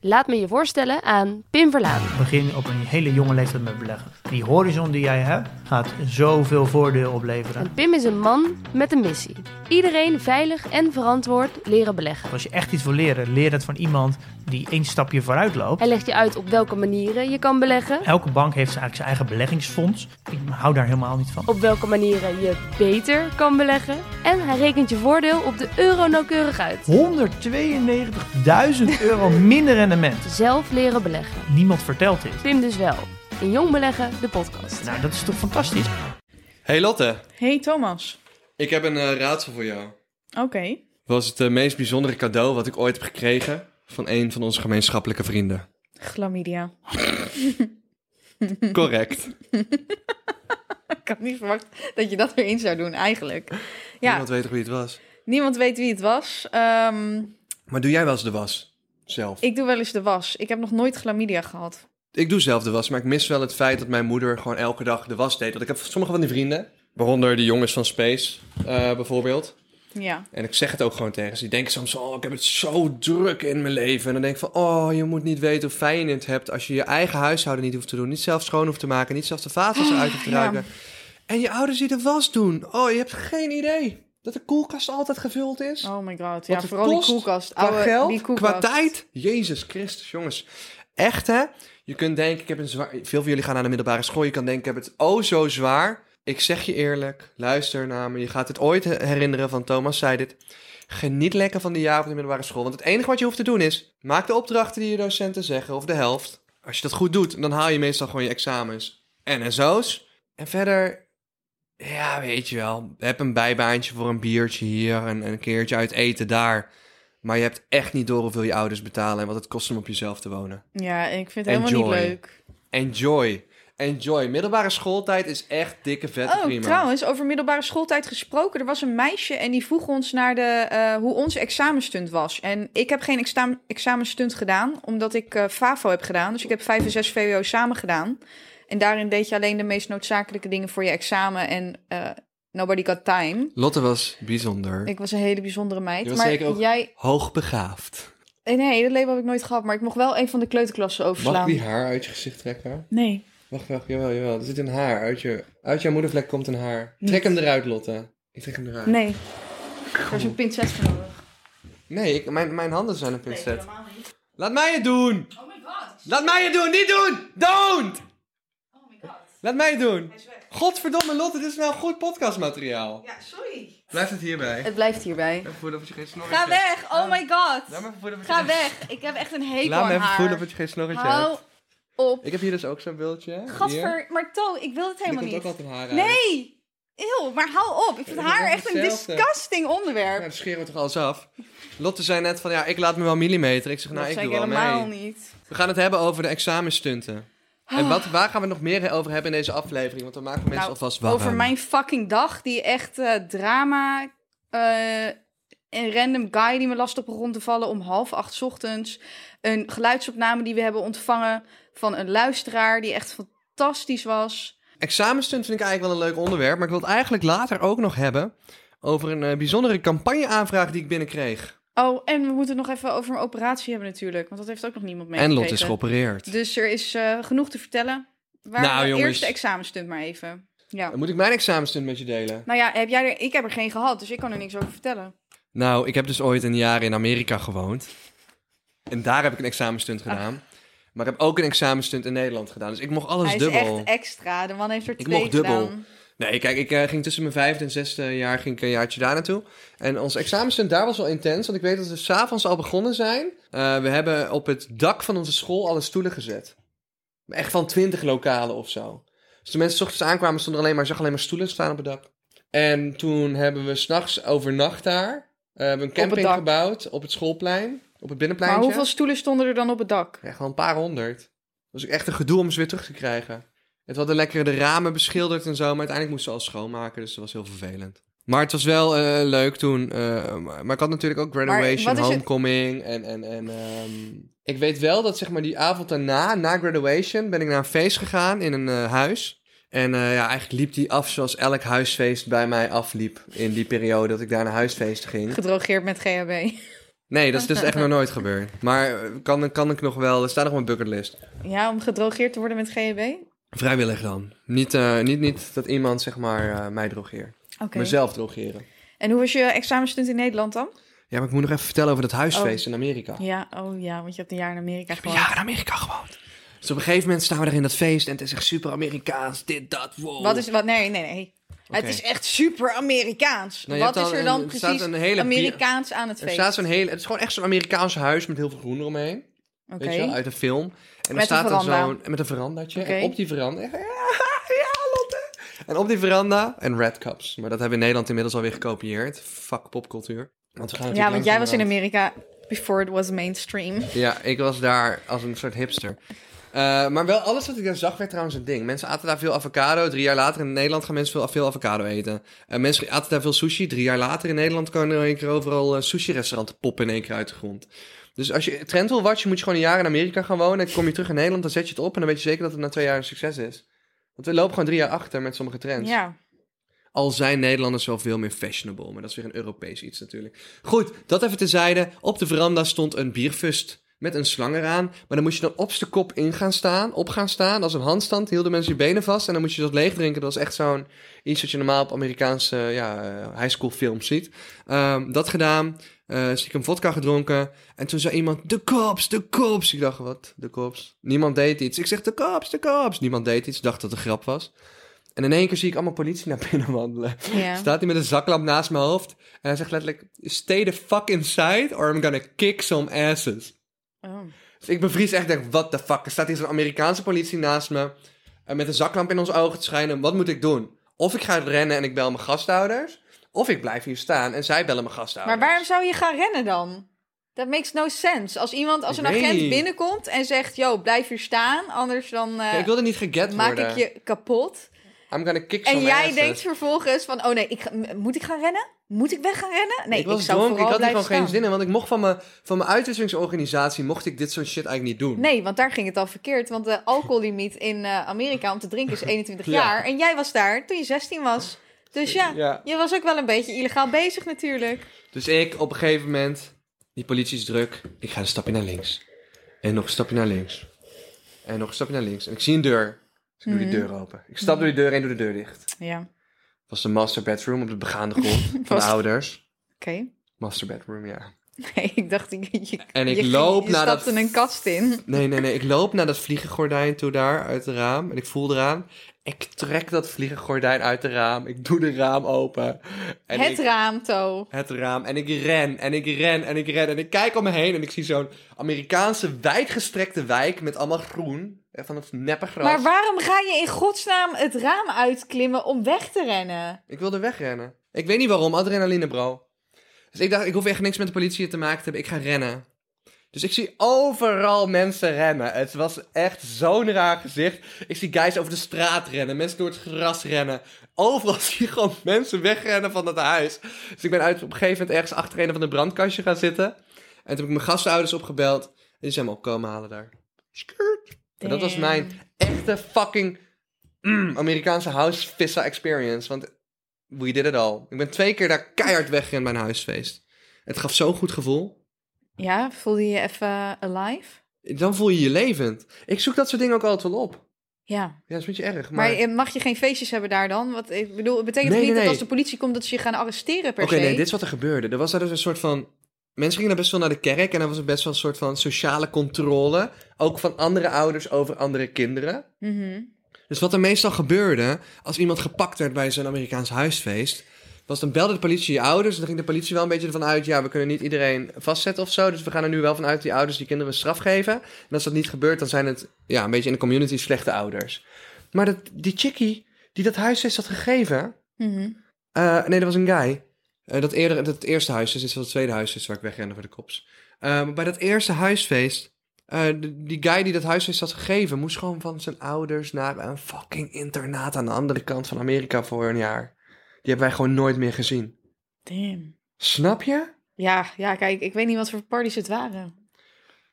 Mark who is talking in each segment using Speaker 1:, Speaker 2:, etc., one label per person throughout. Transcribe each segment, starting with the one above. Speaker 1: Laat me je voorstellen aan Pim Verlaan.
Speaker 2: Begin op een hele jonge leeftijd met beleggen. Die horizon die jij hebt, gaat zoveel voordeel opleveren.
Speaker 1: En Pim is een man met een missie. Iedereen veilig en verantwoord leren beleggen.
Speaker 2: Als je echt iets wil leren, leer het van iemand die één stapje vooruit loopt.
Speaker 1: Hij legt je uit op welke manieren je kan beleggen.
Speaker 2: Elke bank heeft eigenlijk zijn eigen beleggingsfonds. Ik hou daar helemaal niet van.
Speaker 1: Op welke manieren je beter kan beleggen. En hij rekent je voordeel op de euro nauwkeurig uit.
Speaker 2: 192.000 euro minder rendement.
Speaker 1: Zelf leren beleggen.
Speaker 2: Niemand vertelt dit.
Speaker 1: Pim dus wel. In Jong Beleggen, de podcast.
Speaker 2: Nou, dat is toch fantastisch?
Speaker 3: Hey Lotte,
Speaker 4: Hey Thomas.
Speaker 3: ik heb een eh, raadsel voor jou.
Speaker 4: Oké.
Speaker 3: Wat is het eh, meest bijzondere cadeau wat ik ooit heb gekregen van een van onze gemeenschappelijke vrienden?
Speaker 4: Chlamydia.
Speaker 3: Correct.
Speaker 4: Ik had niet verwacht dat je dat weer eens zou doen, eigenlijk. Ja,
Speaker 3: Niemand weet toch wie het was.
Speaker 4: niemand weet wie het was. Ehm,
Speaker 3: Maar doe jij wel eens de was? Zelf. Ik...
Speaker 4: ik doe wel eens de was. Ik heb nog nooit chlamydia gehad.
Speaker 3: doe zelf de was, maar ik mis wel het feit dat mijn moeder gewoon elke dag de was deed. Want ik heb sommige van die vrienden, waaronder de jongens van Space eh, bijvoorbeeld.
Speaker 4: Ja.
Speaker 3: En ik zeg het ook gewoon tegen ze. Die denken soms, oh, ik heb het zo druk in mijn leven. En dan denk ik van, oh, je moet niet weten hoe fijn je het hebt... als je je eigen huishouden niet hoeft te doen. Niet zelf schoon hoeft te maken. Niet zelf de vaatwas uit hoeft te
Speaker 4: Ah, ja.
Speaker 3: ruiken. En je ouders die de was doen. Oh, je hebt geen idee dat de koelkast altijd gevuld is.
Speaker 4: Oh my god.
Speaker 3: Wat
Speaker 4: Ja,
Speaker 3: het
Speaker 4: vooral
Speaker 3: kost,
Speaker 4: die koelkast.
Speaker 3: Qua
Speaker 4: Oude,
Speaker 3: geld,
Speaker 4: die
Speaker 3: qua
Speaker 4: koelkast.
Speaker 3: tijd. Jezus Christus, jongens. Echt, hè? Je kunt denken, ik heb een zwaar... Veel van jullie gaan naar de middelbare school. Je kan denken, ik heb het oh zo zwaar. Ik zeg je eerlijk, luister naar me. Je gaat het ooit herinneren van Thomas zei dit. Geniet lekker van de jaren op de middelbare school. Want het enige wat je hoeft te doen is... Maak de opdrachten die je docenten zeggen, of de helft. Als je dat goed doet, dan haal je meestal gewoon je examens. En SO's. En verder... Ja, weet je wel. Heb een bijbaantje voor een biertje hier en een keertje uit eten daar. Maar je hebt echt niet door hoeveel je ouders betalen en wat het kost om op jezelf te wonen.
Speaker 4: Ja, en ik vind het helemaal
Speaker 3: Enjoy.
Speaker 4: niet leuk.
Speaker 3: Enjoy. Enjoy. Middelbare schooltijd is echt dikke vette
Speaker 4: Oh,
Speaker 3: prima.
Speaker 4: trouwens, over middelbare schooltijd gesproken. Er was een meisje en die vroeg ons naar de, eh, hoe onze examenstunt was. En ik heb geen exam examenstunt gedaan, omdat ik eh FAVO heb gedaan. Dus ik heb 5 en 6 VWO samen gedaan. En daarin deed je alleen de meest noodzakelijke dingen voor je examen. En eh, nobody got time.
Speaker 3: Lotte was bijzonder.
Speaker 4: Ik was een hele bijzondere meid.
Speaker 3: Je was
Speaker 4: maar
Speaker 3: zeker ook-
Speaker 4: jij...
Speaker 3: Hoogbegaafd.
Speaker 4: eh, Nee, dat label heb ik nooit gehad. Maar ik mocht wel een van de kleuterklassen overslaan.
Speaker 3: haar uit je gezicht trekken?
Speaker 4: Nee.
Speaker 3: Wacht, wacht. Jawel, jawel. Er zit een haar. Uit, je, uit jouw moedervlek komt een haar. Trek hem eruit, Lotte. Ik trek hem eruit.
Speaker 4: Nee. Er is een pincet voor nodig.
Speaker 3: Nee, ik, mijn, mijn handen zijn een pincet. Laat mij het doen! Oh my god! Laat mij het doen, niet doen! Don't! Oh my god. Laat mij het doen. Godverdomme Lotte, dit is nou goed podcastmateriaal.
Speaker 4: Ja, sorry.
Speaker 3: Blijf het hierbij.
Speaker 4: Het blijft hierbij.
Speaker 3: Even voelen of je geen snorretje
Speaker 4: Ga weg! Oh my god!
Speaker 3: Laat me even voelen of je
Speaker 4: Ga
Speaker 3: geen-
Speaker 4: weg! Ik heb echt een hekel
Speaker 3: Laat
Speaker 4: aan
Speaker 3: me even
Speaker 4: haar.
Speaker 3: voelen of je geen snorretje
Speaker 4: Hou
Speaker 3: hebt.
Speaker 4: op.
Speaker 3: Ik heb hier dus ook zo'n bultje. Hier.
Speaker 4: Gadver, maar To, ik wil het
Speaker 3: Er
Speaker 4: helemaal
Speaker 3: komt ook
Speaker 4: niet.
Speaker 3: altijd een haar uit.
Speaker 4: Nee! Eeuw, maar hou op. Ik vind
Speaker 3: Ja,
Speaker 4: haar
Speaker 3: dat is
Speaker 4: echt een
Speaker 3: hetzelfde.
Speaker 4: disgusting
Speaker 3: Ja,
Speaker 4: onderwerp.
Speaker 3: dan scheren we toch alles af. Lotte zei net van, ja, ik laat me wel millimeter. Ik zeg, nou,
Speaker 4: dat
Speaker 3: ik
Speaker 4: zei
Speaker 3: doe
Speaker 4: ik
Speaker 3: wel
Speaker 4: helemaal
Speaker 3: mee.
Speaker 4: niet.
Speaker 3: We gaan het hebben over de examenstunten. En wat, waar gaan we het nog meer over hebben in deze aflevering? Want dan maken we mensen
Speaker 4: Ah. Nou,
Speaker 3: alvast warm.
Speaker 4: Over mijn fucking dag, die echt eh, drama... eh, een random guy die me last op rond te vallen om half acht 's ochtends. Een geluidsopname die we hebben ontvangen van een luisteraar die echt fantastisch was.
Speaker 3: Examenstunt vind ik eigenlijk wel een leuk onderwerp, maar ik wil het eigenlijk later ook nog hebben over een eh, bijzondere campagneaanvraag die ik binnenkreeg.
Speaker 4: Oh, en we moeten het nog even over mijn operatie hebben natuurlijk. Want dat heeft ook nog niemand mee.
Speaker 3: En Lot is geopereerd.
Speaker 4: Dus er is eh, genoeg te vertellen. Waar
Speaker 3: Nou,
Speaker 4: nou,
Speaker 3: jongens.
Speaker 4: Eerst de examenstunt maar even. Ja.
Speaker 3: Moet ik mijn examenstunt met je delen?
Speaker 4: Nou ja, heb jij er, ik heb er geen gehad, dus ik kan er niks over vertellen.
Speaker 3: Nou, ik heb dus ooit een jaar in Amerika gewoond. En daar heb ik een examenstunt gedaan. Maar ik heb ook een examenstunt in Nederland gedaan. Dus ik mocht alles
Speaker 4: Hij is
Speaker 3: dubbel.
Speaker 4: echt extra. De man heeft er
Speaker 3: Ik
Speaker 4: twee
Speaker 3: mocht dubbel.
Speaker 4: gedaan.
Speaker 3: Nee, kijk, ik eh, ging tussen mijn vijfde en zesde jaar ging ik een jaartje daar naartoe. En ons examenstunt daar was wel intens, want ik weet dat we s'avonds al begonnen zijn. Eh, we hebben op het dak van onze school alle stoelen gezet. Maar Echt van twintig lokalen of zo. Dus toen mensen 's ochtends aankwamen, stonden er alleen maar, zag alleen maar stoelen staan op het dak. En toen hebben we s'nachts overnacht daar. Eh, hebben we een
Speaker 4: het
Speaker 3: camping
Speaker 4: dak.
Speaker 3: gebouwd op het schoolplein, op het binnenpleintje.
Speaker 4: Maar hoeveel stoelen stonden er dan op het dak?
Speaker 3: Echt wel een paar honderd. Dat was echt een gedoe om ze weer terug te krijgen. Het hadden lekker de ramen beschilderd en zo, maar uiteindelijk moesten ze al schoonmaken, dus dat was heel vervelend. Maar het was wel eh, leuk toen. eh, maar maar ik had natuurlijk ook graduation,
Speaker 4: wat is het-
Speaker 3: homecoming en... en, en ehm, ik weet wel dat zeg maar die avond daarna, na graduation, ben ik naar een feest gegaan in een eh, huis. En eh, ja, eigenlijk liep die af zoals elk huisfeest bij mij afliep in die periode dat ik daar naar huisfeesten ging.
Speaker 4: Gedrogeerd met GHB.
Speaker 3: Nee, dat is dus echt nog nooit gebeurd. Maar eh, kan, kan ik nog wel, dat staat nog op mijn bucketlist.
Speaker 4: Ja, om gedrogeerd te worden met GHB? Oké.
Speaker 3: Vrijwillig dan. Niet, eh, niet, niet dat iemand zeg maar eh, mij drogeert. Mezelf drogeren.
Speaker 4: En hoe was je examenstunt in Nederland dan?
Speaker 3: Ja, maar ik moet nog even vertellen over dat huisfeest in Amerika.
Speaker 4: Ja, oh ja, want je hebt een jaar in Amerika
Speaker 3: Ik heb
Speaker 4: gewoond.
Speaker 3: jaren in Amerika gewoond. Dus op een gegeven moment staan we er in dat feest en het is echt super Amerikaans, dit, dat, wow.
Speaker 4: Wat is wat? Nee, nee, nee.
Speaker 3: Oké.
Speaker 4: Het is echt super Amerikaans.
Speaker 3: Nou, je
Speaker 4: wat
Speaker 3: hebt
Speaker 4: is
Speaker 3: al
Speaker 4: er
Speaker 3: een-
Speaker 4: dan
Speaker 3: er staat
Speaker 4: precies
Speaker 3: een hele bier-
Speaker 4: Amerikaans aan het
Speaker 3: er
Speaker 4: feest?
Speaker 3: staat zo'n hele, het is gewoon echt zo'n Amerikaans huis met heel veel groen eromheen.
Speaker 4: Oké.
Speaker 3: Weet je wel, uit een film. En dan
Speaker 4: een
Speaker 3: staat dan
Speaker 4: veranda.
Speaker 3: zo'n... Met een verandatje.
Speaker 4: Oké.
Speaker 3: En op die veranda... Ja, ja, Lotte! En op die veranda... En Red Cups. Maar dat hebben we in Nederland inmiddels alweer gekopieerd. Fuck popcultuur. Want we gaan
Speaker 4: Ja,
Speaker 3: natuurlijk
Speaker 4: want jij was in
Speaker 3: langzamerhand-
Speaker 4: Amerika before it was mainstream.
Speaker 3: Ja, ik was daar als een soort hipster. Eh, maar wel alles wat ik daar zag werd trouwens een ding. Mensen aten daar veel avocado. Drie jaar later in Nederland gaan mensen veel, veel avocado eten. Eh, mensen aten daar veel sushi. Drie jaar later in Nederland kan er in één keer overal eh, sushi-restauranten poppen in één keer uit de grond. Dus als je trend wil watchen, moet je gewoon een jaar in Amerika gaan wonen. En kom je terug in Nederland, dan zet je het op. En dan weet je zeker dat het na twee jaar een succes is. Want we lopen gewoon drie jaar achter met sommige trends.
Speaker 4: Ja.
Speaker 3: Al zijn Nederlanders wel veel meer fashionable, maar dat is weer een Europees iets natuurlijk. Goed, dat even tezijde. Op de veranda stond een bierfust met een slang eraan. Maar dan moest je dan op de kop in gaan staan, op gaan staan. Als een handstand hielden mensen je benen vast en dan moest je dat leeg drinken. Dat was echt zo'n iets wat je normaal op Amerikaanse ja, eh, high school films ziet. Ehm, dat gedaan, eh stiekem vodka gedronken. En toen zei iemand, de cops, de cops. Ik dacht, wat, de cops? Niemand deed iets. Ik zeg, de cops, de cops. Niemand deed iets, dacht dat het een grap was. En in één keer zie ik allemaal politie naar binnen wandelen.
Speaker 4: ja.
Speaker 3: Staat hij met een zaklamp naast mijn hoofd. En hij zegt letterlijk: Stay the fuck inside or I'm gonna kick some asses.
Speaker 4: Oh.
Speaker 3: Dus ik bevries echt, denk: What the fuck? Er staat hier zo'n Amerikaanse politie naast me. eh, met een zaklamp in ons ogen te schijnen. Wat moet ik doen? Of ik ga rennen en ik bel mijn gasthouders. Of ik blijf hier staan en zij bellen mijn
Speaker 4: Maar
Speaker 3: gasthouders.
Speaker 4: waarom zou je gaan rennen dan? Dat makes no sense. Als iemand, als
Speaker 3: Ik
Speaker 4: een
Speaker 3: weet
Speaker 4: agent
Speaker 3: niet.
Speaker 4: binnenkomt en zegt: Yo, blijf hier staan, anders dan eh,
Speaker 3: Ja, ik wilde niet geget
Speaker 4: maak
Speaker 3: worden.
Speaker 4: ik je kapot.
Speaker 3: I'm gonna kick some
Speaker 4: En jij
Speaker 3: asses.
Speaker 4: denkt vervolgens: van, Oh nee, ik ga- m- moet ik gaan rennen? Moet ik weg gaan rennen? Nee,
Speaker 3: ik
Speaker 4: ik,
Speaker 3: was
Speaker 4: zou
Speaker 3: dronken, ik
Speaker 4: vooral
Speaker 3: had hier gewoon
Speaker 4: blijven
Speaker 3: geen
Speaker 4: staan.
Speaker 3: zin in. Want ik mocht van mijn, van mijn uitwisselingsorganisatie mocht ik dit soort shit eigenlijk niet doen.
Speaker 4: Nee, want daar ging het al verkeerd. Want de alcohollimiet in eh, Amerika om te drinken is 21
Speaker 3: Ja.
Speaker 4: jaar. En jij was daar toen je 16 was. Dus ja,
Speaker 3: Ja.
Speaker 4: je was ook wel een beetje illegaal bezig natuurlijk.
Speaker 3: Dus ik op een gegeven moment, die politie is druk. Ik ga een stapje naar links. En nog een stapje naar links. En nog een stapje naar links. En ik zie een deur. Dus ik doe
Speaker 4: Mhm.
Speaker 3: die deur open. Ik stap door die deur en doe de deur dicht. Het
Speaker 4: Ja, oké.
Speaker 3: was de master bedroom op de begaande grond van de
Speaker 4: Was-
Speaker 3: ouders. Master bedroom, ja.
Speaker 4: Nee, ik dacht, ik- je,
Speaker 3: En ik
Speaker 4: je ging-
Speaker 3: loop
Speaker 4: je
Speaker 3: naar dat-
Speaker 4: stapte een kast in.
Speaker 3: Nee, nee, nee. Ik loop naar dat vliegengordijn toe daar uit het raam. En ik voel eraan. Ik trek dat vliegengordijn uit het raam. Ik doe de raam open. En
Speaker 4: het
Speaker 3: ik-
Speaker 4: raam, To.
Speaker 3: het raam. En ik ren, en ik ren, en ik ren. En ik kijk om me heen en ik zie zo'n Amerikaanse wijdgestrekte wijk met allemaal groen. eh, Van het neppe gras.
Speaker 4: Maar waarom ga je in godsnaam het raam uitklimmen om weg te rennen?
Speaker 3: Ik wilde wegrennen. Ik weet niet waarom, adrenaline bro. Dus ik dacht, ik hoef echt niks met de politie te maken te hebben. Ik ga rennen. Dus ik zie overal mensen rennen. Het was echt zo'n raar gezicht. Ik zie guys over de straat rennen, mensen door het gras rennen. Overal zie je gewoon mensen wegrennen van dat huis. Dus ik ben uit, op een gegeven moment ergens achter een van de brandkastje gaan zitten. En toen heb ik mijn gastouders opgebeld. En die zijn me opkomen halen daar. Skirt. En dat was
Speaker 4: Damn.
Speaker 3: mijn echte fucking mm, Amerikaanse housevissa experience. Want we did it all. Ik ben twee keer daar keihard weggerend bij een huisfeest. Het gaf zo'n goed gevoel.
Speaker 4: Ja, voelde je je even alive?
Speaker 3: Dan voel je je levend. Ik zoek dat soort dingen ook altijd wel op.
Speaker 4: Ja.
Speaker 3: Ja, dat is een beetje erg. Maar,
Speaker 4: Maar, je- mag je geen feestjes hebben daar dan? Want ik bedoel, het betekent
Speaker 3: Nee,
Speaker 4: niet
Speaker 3: nee,
Speaker 4: dat
Speaker 3: nee.
Speaker 4: als de politie komt dat ze je gaan arresteren per
Speaker 3: Oké,
Speaker 4: se.
Speaker 3: nee, dit is wat er gebeurde. Er was daar dus een soort van... Mensen gingen daar best wel naar de kerk en er was er best wel een soort van sociale controle. Ook van andere ouders over andere kinderen.
Speaker 4: Mhm.
Speaker 3: Dus wat er meestal gebeurde, als iemand gepakt werd bij zo'n Amerikaans huisfeest, was dan belde de politie je ouders en dan ging de politie wel een beetje ervan uit, ja, we kunnen niet iedereen vastzetten of zo, dus we gaan er nu wel vanuit dat die ouders die kinderen een straf geven. En als dat niet gebeurt, dan zijn het, ja, een beetje in de community slechte ouders. Maar dat, die chickie die dat huisfeest had gegeven,
Speaker 4: mhm.
Speaker 3: eh, nee, dat was een guy. Eh, dat, eerder, dat eerste huisfeest, dit is wel het tweede huisfeest waar ik wegrende voor de kops. Eh, maar bij dat eerste huisfeest, eh, de- die guy die dat huisfeest had gegeven, moest gewoon van zijn ouders naar een fucking internaat aan de andere kant van Amerika voor een jaar. Die hebben wij gewoon nooit meer gezien.
Speaker 4: Damn.
Speaker 3: Snap je?
Speaker 4: Ja, ja, kijk, ik weet niet wat voor parties het waren.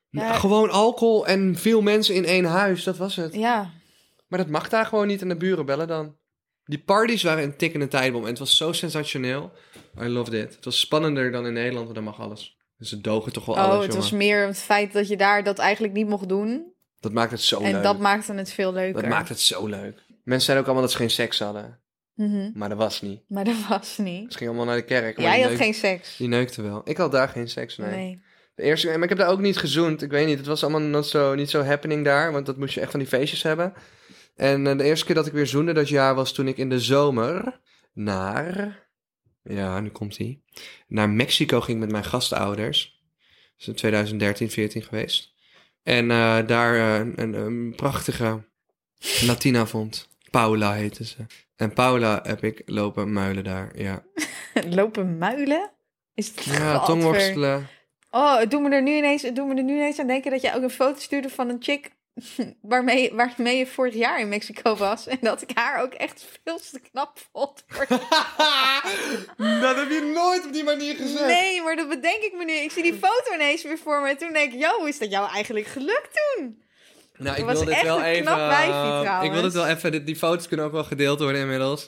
Speaker 4: Ja.
Speaker 3: Gewoon alcohol en veel mensen in één huis, dat was het.
Speaker 4: Ja,
Speaker 3: Maar dat mag daar gewoon niet en de buren bellen dan. Die parties waren een tikkende tijdbom en het was zo sensationeel. I loved it. Het was spannender dan in Nederland, want daar mag alles. Dus ze dogen toch wel
Speaker 4: oh,
Speaker 3: alles,
Speaker 4: het was
Speaker 3: jongen.
Speaker 4: meer het feit dat je daar dat eigenlijk niet mocht doen.
Speaker 3: Dat maakt het zo
Speaker 4: en
Speaker 3: leuk.
Speaker 4: dat maakte het veel leuker.
Speaker 3: dat maakt het zo leuk. Mensen zeiden ook allemaal dat ze geen seks hadden.
Speaker 4: Mhm.
Speaker 3: Maar dat was niet.
Speaker 4: Maar dat was niet.
Speaker 3: Ze gingen allemaal naar de kerk. Maar
Speaker 4: Jij
Speaker 3: die
Speaker 4: had
Speaker 3: neuk-
Speaker 4: geen seks.
Speaker 3: Die neukte wel. Ik had daar geen seks, nee.
Speaker 4: Nee.
Speaker 3: De eerste, maar ik heb daar ook niet gezoend. Ik weet niet, het was allemaal not zo, niet zo happening daar. Want dat moest je echt van die feestjes hebben. En eh, de eerste keer dat ik weer zoende dat jaar was toen ik in de zomer naar... Ja, nu komt hij. Naar Mexico ging met mijn gastouders. Dat is in 2013, 14 geweest. En eh, daar eh, een, een prachtige Latina vond. Paula heette ze. En Paula heb ik lopen muilen daar, ja.
Speaker 4: Lopen muilen? Is het
Speaker 3: Ja,
Speaker 4: Gadver.
Speaker 3: tongworstelen.
Speaker 4: Oh, het doet me er nu ineens, het doet me er nu ineens aan denken dat jij ook een foto stuurde van een chick waarmee, waarmee je vorig jaar in Mexico was. En dat ik haar ook echt veel te knap vond. voor-
Speaker 3: dat heb je nooit op die manier gezegd.
Speaker 4: Nee, maar dat bedenk ik me nu. Ik zie die foto ineens weer voor me. En toen denk ik, yo, hoe is dat jou eigenlijk gelukt toen?
Speaker 3: Nou, ik
Speaker 4: Dat was
Speaker 3: wil dit
Speaker 4: echt
Speaker 3: wel
Speaker 4: een
Speaker 3: even.
Speaker 4: knap wijfie,
Speaker 3: eh, ik wil
Speaker 4: trouwens.
Speaker 3: dit wel even. dit- Die foto's kunnen ook wel gedeeld worden inmiddels.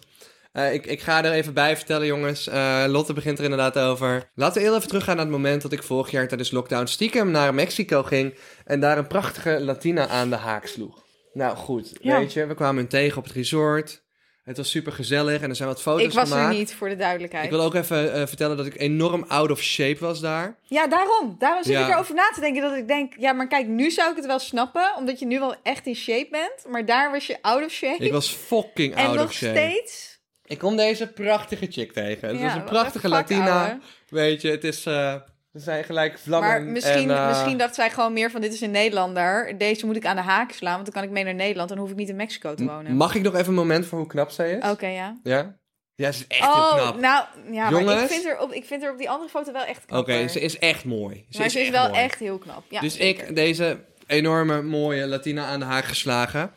Speaker 3: Eh, ik, ik ga er even bij vertellen, jongens. Eh, Lotte begint er inderdaad over. Laten we heel even teruggaan naar het moment dat ik vorig jaar tijdens lockdown stiekem naar Mexico ging. En daar een prachtige Latina aan de haak sloeg. Nou goed,
Speaker 4: Ja.
Speaker 3: weet je, we kwamen hem tegen op het resort. Het was super gezellig en er zijn wat foto's
Speaker 4: Ik was
Speaker 3: Oh, gemaakt.
Speaker 4: er niet, voor de
Speaker 3: Ik
Speaker 4: duidelijkheid.
Speaker 3: wil ook even eh, vertellen dat ik enorm out of shape was daar.
Speaker 4: Ja, daarom. Daarom zit
Speaker 3: Ja.
Speaker 4: ik erover na te denken dat ik denk... Ja, maar kijk, nu zou ik het wel snappen. Omdat je nu wel echt in shape bent. Maar daar was je out of shape.
Speaker 3: Ik was fucking
Speaker 4: en
Speaker 3: out
Speaker 4: nog
Speaker 3: of shape.
Speaker 4: steeds...
Speaker 3: Ik kom deze prachtige chick tegen. Het
Speaker 4: Ja,
Speaker 3: was een
Speaker 4: what
Speaker 3: prachtige
Speaker 4: the fuck,
Speaker 3: Latina.
Speaker 4: ouwe.
Speaker 3: Weet je, het is. eh we zijn gelijk vlammen.
Speaker 4: Maar misschien,
Speaker 3: en, eh,
Speaker 4: misschien dacht zij gewoon meer van dit is een Nederlander. Deze moet ik aan de haak slaan, want dan kan ik mee naar Nederland. en hoef ik niet in Mexico te wonen.
Speaker 3: Mag ik nog even een moment voor hoe knap zij is?
Speaker 4: Oké, ja.
Speaker 3: Ja? Ja, ze is echt
Speaker 4: oh,
Speaker 3: heel knap.
Speaker 4: nou, ja, maar ik
Speaker 3: Jongens?
Speaker 4: vind, haar op, ik vind haar op die andere foto wel echt
Speaker 3: Oké,
Speaker 4: knap.
Speaker 3: ze is echt mooi. Ze
Speaker 4: maar
Speaker 3: is
Speaker 4: ze is
Speaker 3: echt
Speaker 4: wel
Speaker 3: mooi.
Speaker 4: echt heel knap. Ja,
Speaker 3: dus
Speaker 4: zeker.
Speaker 3: ik, deze enorme mooie Latina aan de haak geslagen.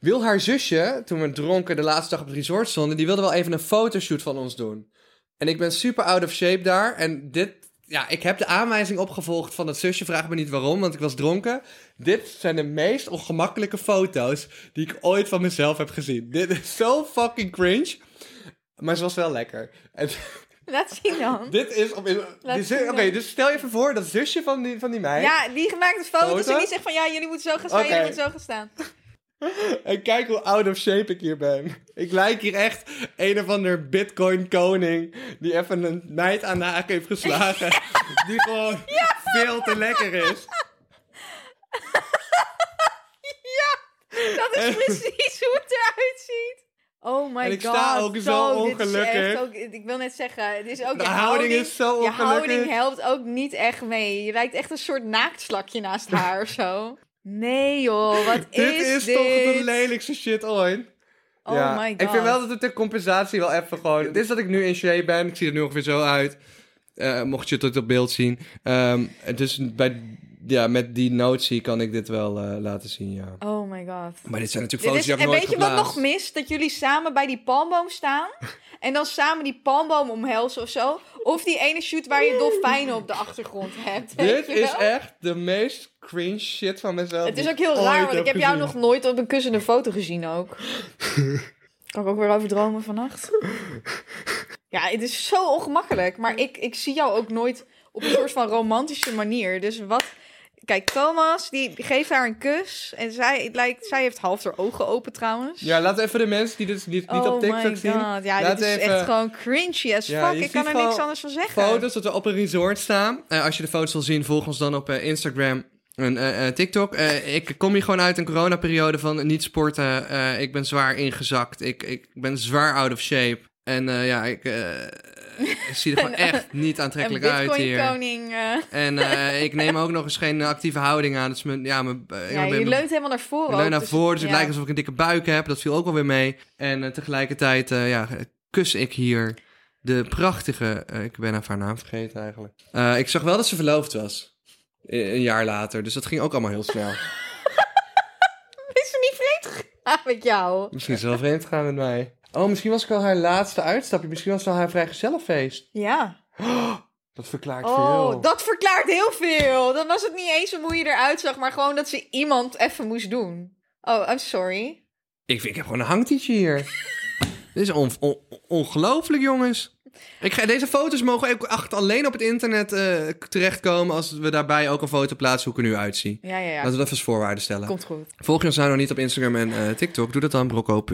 Speaker 3: Wil haar zusje, toen we dronken de laatste dag op het resort stonden, die wilde wel even een fotoshoot van ons doen. En ik ben super out of shape daar. En dit, ja, ik heb de aanwijzing opgevolgd van dat zusje. Vraag me niet waarom, want ik was dronken. Dit zijn de meest ongemakkelijke foto's die ik ooit van mezelf heb gezien. Dit is zo fucking cringe. Maar ze was wel lekker. En
Speaker 4: Laat zien dan.
Speaker 3: dit is... op-
Speaker 4: Laat
Speaker 3: die zu-
Speaker 4: zien
Speaker 3: Oké,
Speaker 4: dan.
Speaker 3: dus stel je even voor dat zusje van die, van die meid...
Speaker 4: Ja, die gemaakte foto's.
Speaker 3: Foto?
Speaker 4: En die zegt van ja, jullie moeten zo gaan staan,
Speaker 3: Oké.
Speaker 4: jullie moeten zo gaan staan.
Speaker 3: En kijk hoe out of shape ik hier ben. Ik lijk hier echt een of ander bitcoin koning die even een meid aan de haak heeft geslagen. Die gewoon veel te lekker is.
Speaker 4: Dat is precies hoe het eruit ziet. Oh my god.
Speaker 3: En ik sta ook zo
Speaker 4: dit is echt
Speaker 3: ongelukkig.
Speaker 4: ook- ik wil net zeggen, het is ook
Speaker 3: De
Speaker 4: je
Speaker 3: houding is zo
Speaker 4: Je
Speaker 3: ongelukkig.
Speaker 4: houding helpt ook niet echt mee. Je lijkt echt een soort naaktslakje naast haar of zo. Nee joh, wat
Speaker 3: Dit
Speaker 4: is,
Speaker 3: is,
Speaker 4: dit?
Speaker 3: toch de lelijkste shit ooit.
Speaker 4: Oh
Speaker 3: Ja,
Speaker 4: my god.
Speaker 3: Ik vind wel dat het ter compensatie wel even gewoon... Het is dat ik nu in shape ben. Ik zie er nu ongeveer zo uit. Eh, mocht je het op beeld zien. Ehm, dus bij, ja, met die notie kan ik dit wel eh, laten zien, ja.
Speaker 4: Oh my god.
Speaker 3: Maar dit zijn natuurlijk
Speaker 4: Dit
Speaker 3: foto's
Speaker 4: is,
Speaker 3: die heb
Speaker 4: en
Speaker 3: ik nooit
Speaker 4: weet je wat
Speaker 3: geplaatst.
Speaker 4: nog mist? Dat jullie samen bij die palmboom staan. En dan samen die palmboom omhelzen of zo. Of die ene shoot waar je dolfijnen op de achtergrond hebt. weet
Speaker 3: Dit
Speaker 4: je
Speaker 3: is
Speaker 4: wel?
Speaker 3: echt de meest cringe shit van mezelf.
Speaker 4: Het is
Speaker 3: die
Speaker 4: ook heel
Speaker 3: ooit
Speaker 4: raar, want ik heb jou
Speaker 3: gezien.
Speaker 4: nog nooit op een kussende foto gezien ook. kan ik ook weer over dromen vannacht? Ja, het is zo ongemakkelijk. Maar ik, ik zie jou ook nooit op een soort van romantische manier. Dus wat... Kijk, Thomas, die geeft haar een kus. En zij, het lijkt, zij heeft half haar ogen open trouwens.
Speaker 3: Ja, laten we even de mensen die dit niet, niet
Speaker 4: oh
Speaker 3: op TikTok
Speaker 4: my
Speaker 3: zien.
Speaker 4: god, ja,
Speaker 3: laat
Speaker 4: dit is
Speaker 3: even-
Speaker 4: echt gewoon cringy as
Speaker 3: Ja,
Speaker 4: fuck.
Speaker 3: je
Speaker 4: Ik kan
Speaker 3: ziet
Speaker 4: er niks
Speaker 3: gewoon
Speaker 4: anders van zeggen.
Speaker 3: Foto's dat we op een resort staan. Eh, als je de foto's wil zien, volg ons dan op eh, Instagram en eh, eh, TikTok. Eh, ik kom hier gewoon uit een coronaperiode van niet sporten. Eh, ik ben zwaar ingezakt. Ik, ik ben zwaar out of shape. En eh, ja, ik, eh, ik zie er gewoon echt niet
Speaker 4: een
Speaker 3: aantrekkelijk uit hier.
Speaker 4: Bitcoin-koning. eh.
Speaker 3: En eh, ik neem ook nog eens geen actieve houding aan. Dus mijn, ja, mijn, eh,
Speaker 4: ja,
Speaker 3: ik ben-
Speaker 4: je leunt helemaal naar voren.
Speaker 3: Ik leun
Speaker 4: ook,
Speaker 3: naar
Speaker 4: dus-
Speaker 3: voren, dus het
Speaker 4: ja.
Speaker 3: lijkt alsof ik een dikke buik heb. Dat viel ook wel weer mee. En eh, tegelijkertijd eh, ja, kus ik hier de prachtige... eh, ik ben even haar naam vergeten eigenlijk. Eh, ik zag wel dat ze verloofd was. E- een jaar later. Dus dat ging ook allemaal heel snel.
Speaker 4: Is ze niet vreemd gegaan met jou?
Speaker 3: misschien is ze wel vreemd gegaan met mij. Oh, misschien was ik wel haar laatste uitstapje. Misschien was het wel haar vrijgezellenfeest.
Speaker 4: Ja.
Speaker 3: Dat verklaart veel.
Speaker 4: Oh, dat verklaart heel veel. Dan was het niet eens om hoe je eruit zag, maar gewoon dat ze iemand even moest doen. Oh, I'm sorry.
Speaker 3: Ik, vind, ik heb gewoon een hangtietje hier. Dit is on- on- ongelooflijk, jongens. Ik ga, deze foto's mogen ook echt alleen op het internet eh, terechtkomen als we daarbij ook een foto plaatsen hoe ik er nu uitzie.
Speaker 4: Ja, ja,
Speaker 3: Laten
Speaker 4: ja.
Speaker 3: we dat als voorwaarde stellen.
Speaker 4: Komt goed.
Speaker 3: Volg ons nou nog niet op Instagram en eh, TikTok. Doe dat dan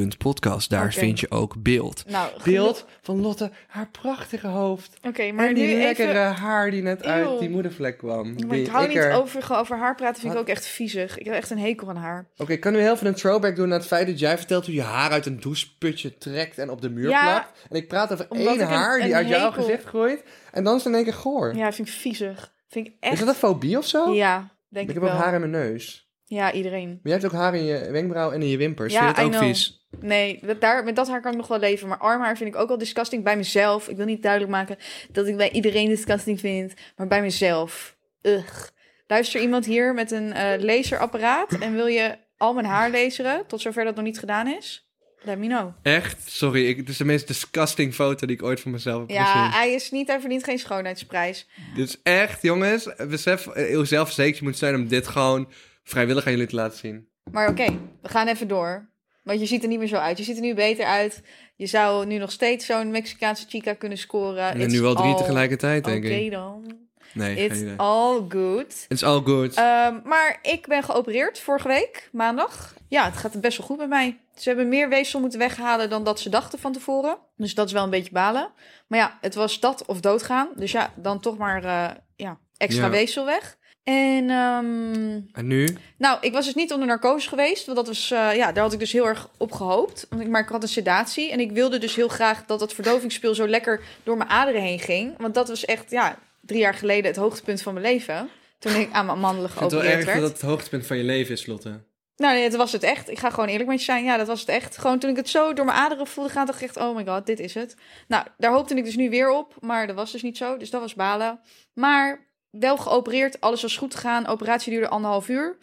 Speaker 3: brocco.podcast. Daar
Speaker 4: Oké.
Speaker 3: vind je ook beeld.
Speaker 4: Nou,
Speaker 3: Beeld van Lotte, haar prachtige hoofd.
Speaker 4: Oké, maar
Speaker 3: en
Speaker 4: nu
Speaker 3: die
Speaker 4: even...
Speaker 3: lekkere haar die net uit
Speaker 4: Eeuw.
Speaker 3: die moedervlek kwam.
Speaker 4: Maar
Speaker 3: Die
Speaker 4: ik hou
Speaker 3: ik
Speaker 4: niet
Speaker 3: er-
Speaker 4: over, over haar praten, vind ik
Speaker 3: Wat?
Speaker 4: ook echt viezig. Ik heb echt een hekel aan haar.
Speaker 3: Oké, ik kan nu heel veel een throwback doen naar het feit dat jij vertelt hoe je haar uit een doucheputje trekt en op de muur
Speaker 4: Ja.
Speaker 3: plakt. En ik praat over
Speaker 4: Omdat
Speaker 3: één
Speaker 4: ik een-
Speaker 3: haar die
Speaker 4: een
Speaker 3: uit jouw
Speaker 4: hekel-
Speaker 3: gezicht groeit. En dan is het in één keer goor.
Speaker 4: Ja, vind ik viezig. Vind ik echt...
Speaker 3: Is dat een fobie of zo?
Speaker 4: Ja, denk
Speaker 3: ik
Speaker 4: ik,
Speaker 3: heb
Speaker 4: wel.
Speaker 3: ook haar in mijn neus.
Speaker 4: Ja, iedereen.
Speaker 3: Maar jij hebt ook haar in je wenkbrauw en in je wimpers.
Speaker 4: Ja,
Speaker 3: vind je
Speaker 4: I
Speaker 3: het ook
Speaker 4: know.
Speaker 3: vies?
Speaker 4: Nee, dat, daar, met dat haar kan ik nog wel leven. Maar arm haar vind ik ook wel disgusting bij mezelf. Ik wil niet duidelijk maken dat ik bij iedereen disgusting vind. Maar bij mezelf. Ugh. Luister iemand hier met een eh, laserapparaat en wil je al mijn haar laseren, tot zover dat nog niet gedaan is? Let me know.
Speaker 3: Echt? Sorry, ik, het is de meest disgusting foto die ik ooit van mezelf heb
Speaker 4: Ja,
Speaker 3: gezien.
Speaker 4: hij is niet, hij verdient geen schoonheidsprijs.
Speaker 3: Dit is echt, jongens, besef eh, hoe zelfverzekerd je moet zijn om dit gewoon vrijwillig aan jullie te laten zien.
Speaker 4: Maar oké, we gaan even door. Want je ziet er niet meer zo uit. Je ziet er nu beter uit. Je zou nu nog steeds zo'n Mexicaanse chica kunnen scoren.
Speaker 3: En
Speaker 4: It's
Speaker 3: nu wel drie
Speaker 4: all-
Speaker 3: tegelijkertijd,
Speaker 4: Oké
Speaker 3: denk ik.
Speaker 4: dan.
Speaker 3: Nee, geen idee.
Speaker 4: It's all good.
Speaker 3: It's all good.
Speaker 4: Ehm, maar ik ben geopereerd vorige week, maandag. Ja, het gaat best wel goed met mij. Ze hebben meer weefsel moeten weghalen dan dat ze dachten van tevoren. Dus dat is wel een beetje balen. Maar ja, het was dat of doodgaan. Dus ja, dan toch maar eh, ja, extra
Speaker 3: Ja.
Speaker 4: weefsel weg. En ehm,
Speaker 3: en nu?
Speaker 4: nou, ik was dus niet onder narcose geweest. Want dat was, eh, ja, daar had ik dus heel erg op gehoopt. Want ik- Maar ik had een sedatie. En ik wilde dus heel graag dat dat verdovingspil zo lekker door mijn aderen heen ging. Want dat was echt, ja, drie jaar geleden het hoogtepunt van mijn leven. Toen ik aan mijn mandelen
Speaker 3: Ik vind het wel
Speaker 4: geopereerd
Speaker 3: erg
Speaker 4: werd.
Speaker 3: dat het hoogtepunt van je leven is, Lotte.
Speaker 4: Nou nee, dat was het echt. Ik ga gewoon eerlijk met je zijn. Ja, dat was het echt. Gewoon toen ik het zo door mijn aderen voelde gaan, dacht ik echt, oh my god, dit is het. Nou, daar hoopte ik dus nu weer op. Maar dat was dus niet zo. Dus dat was balen. Maar wel geopereerd. Alles was goed gegaan. Operatie duurde anderhalf uur.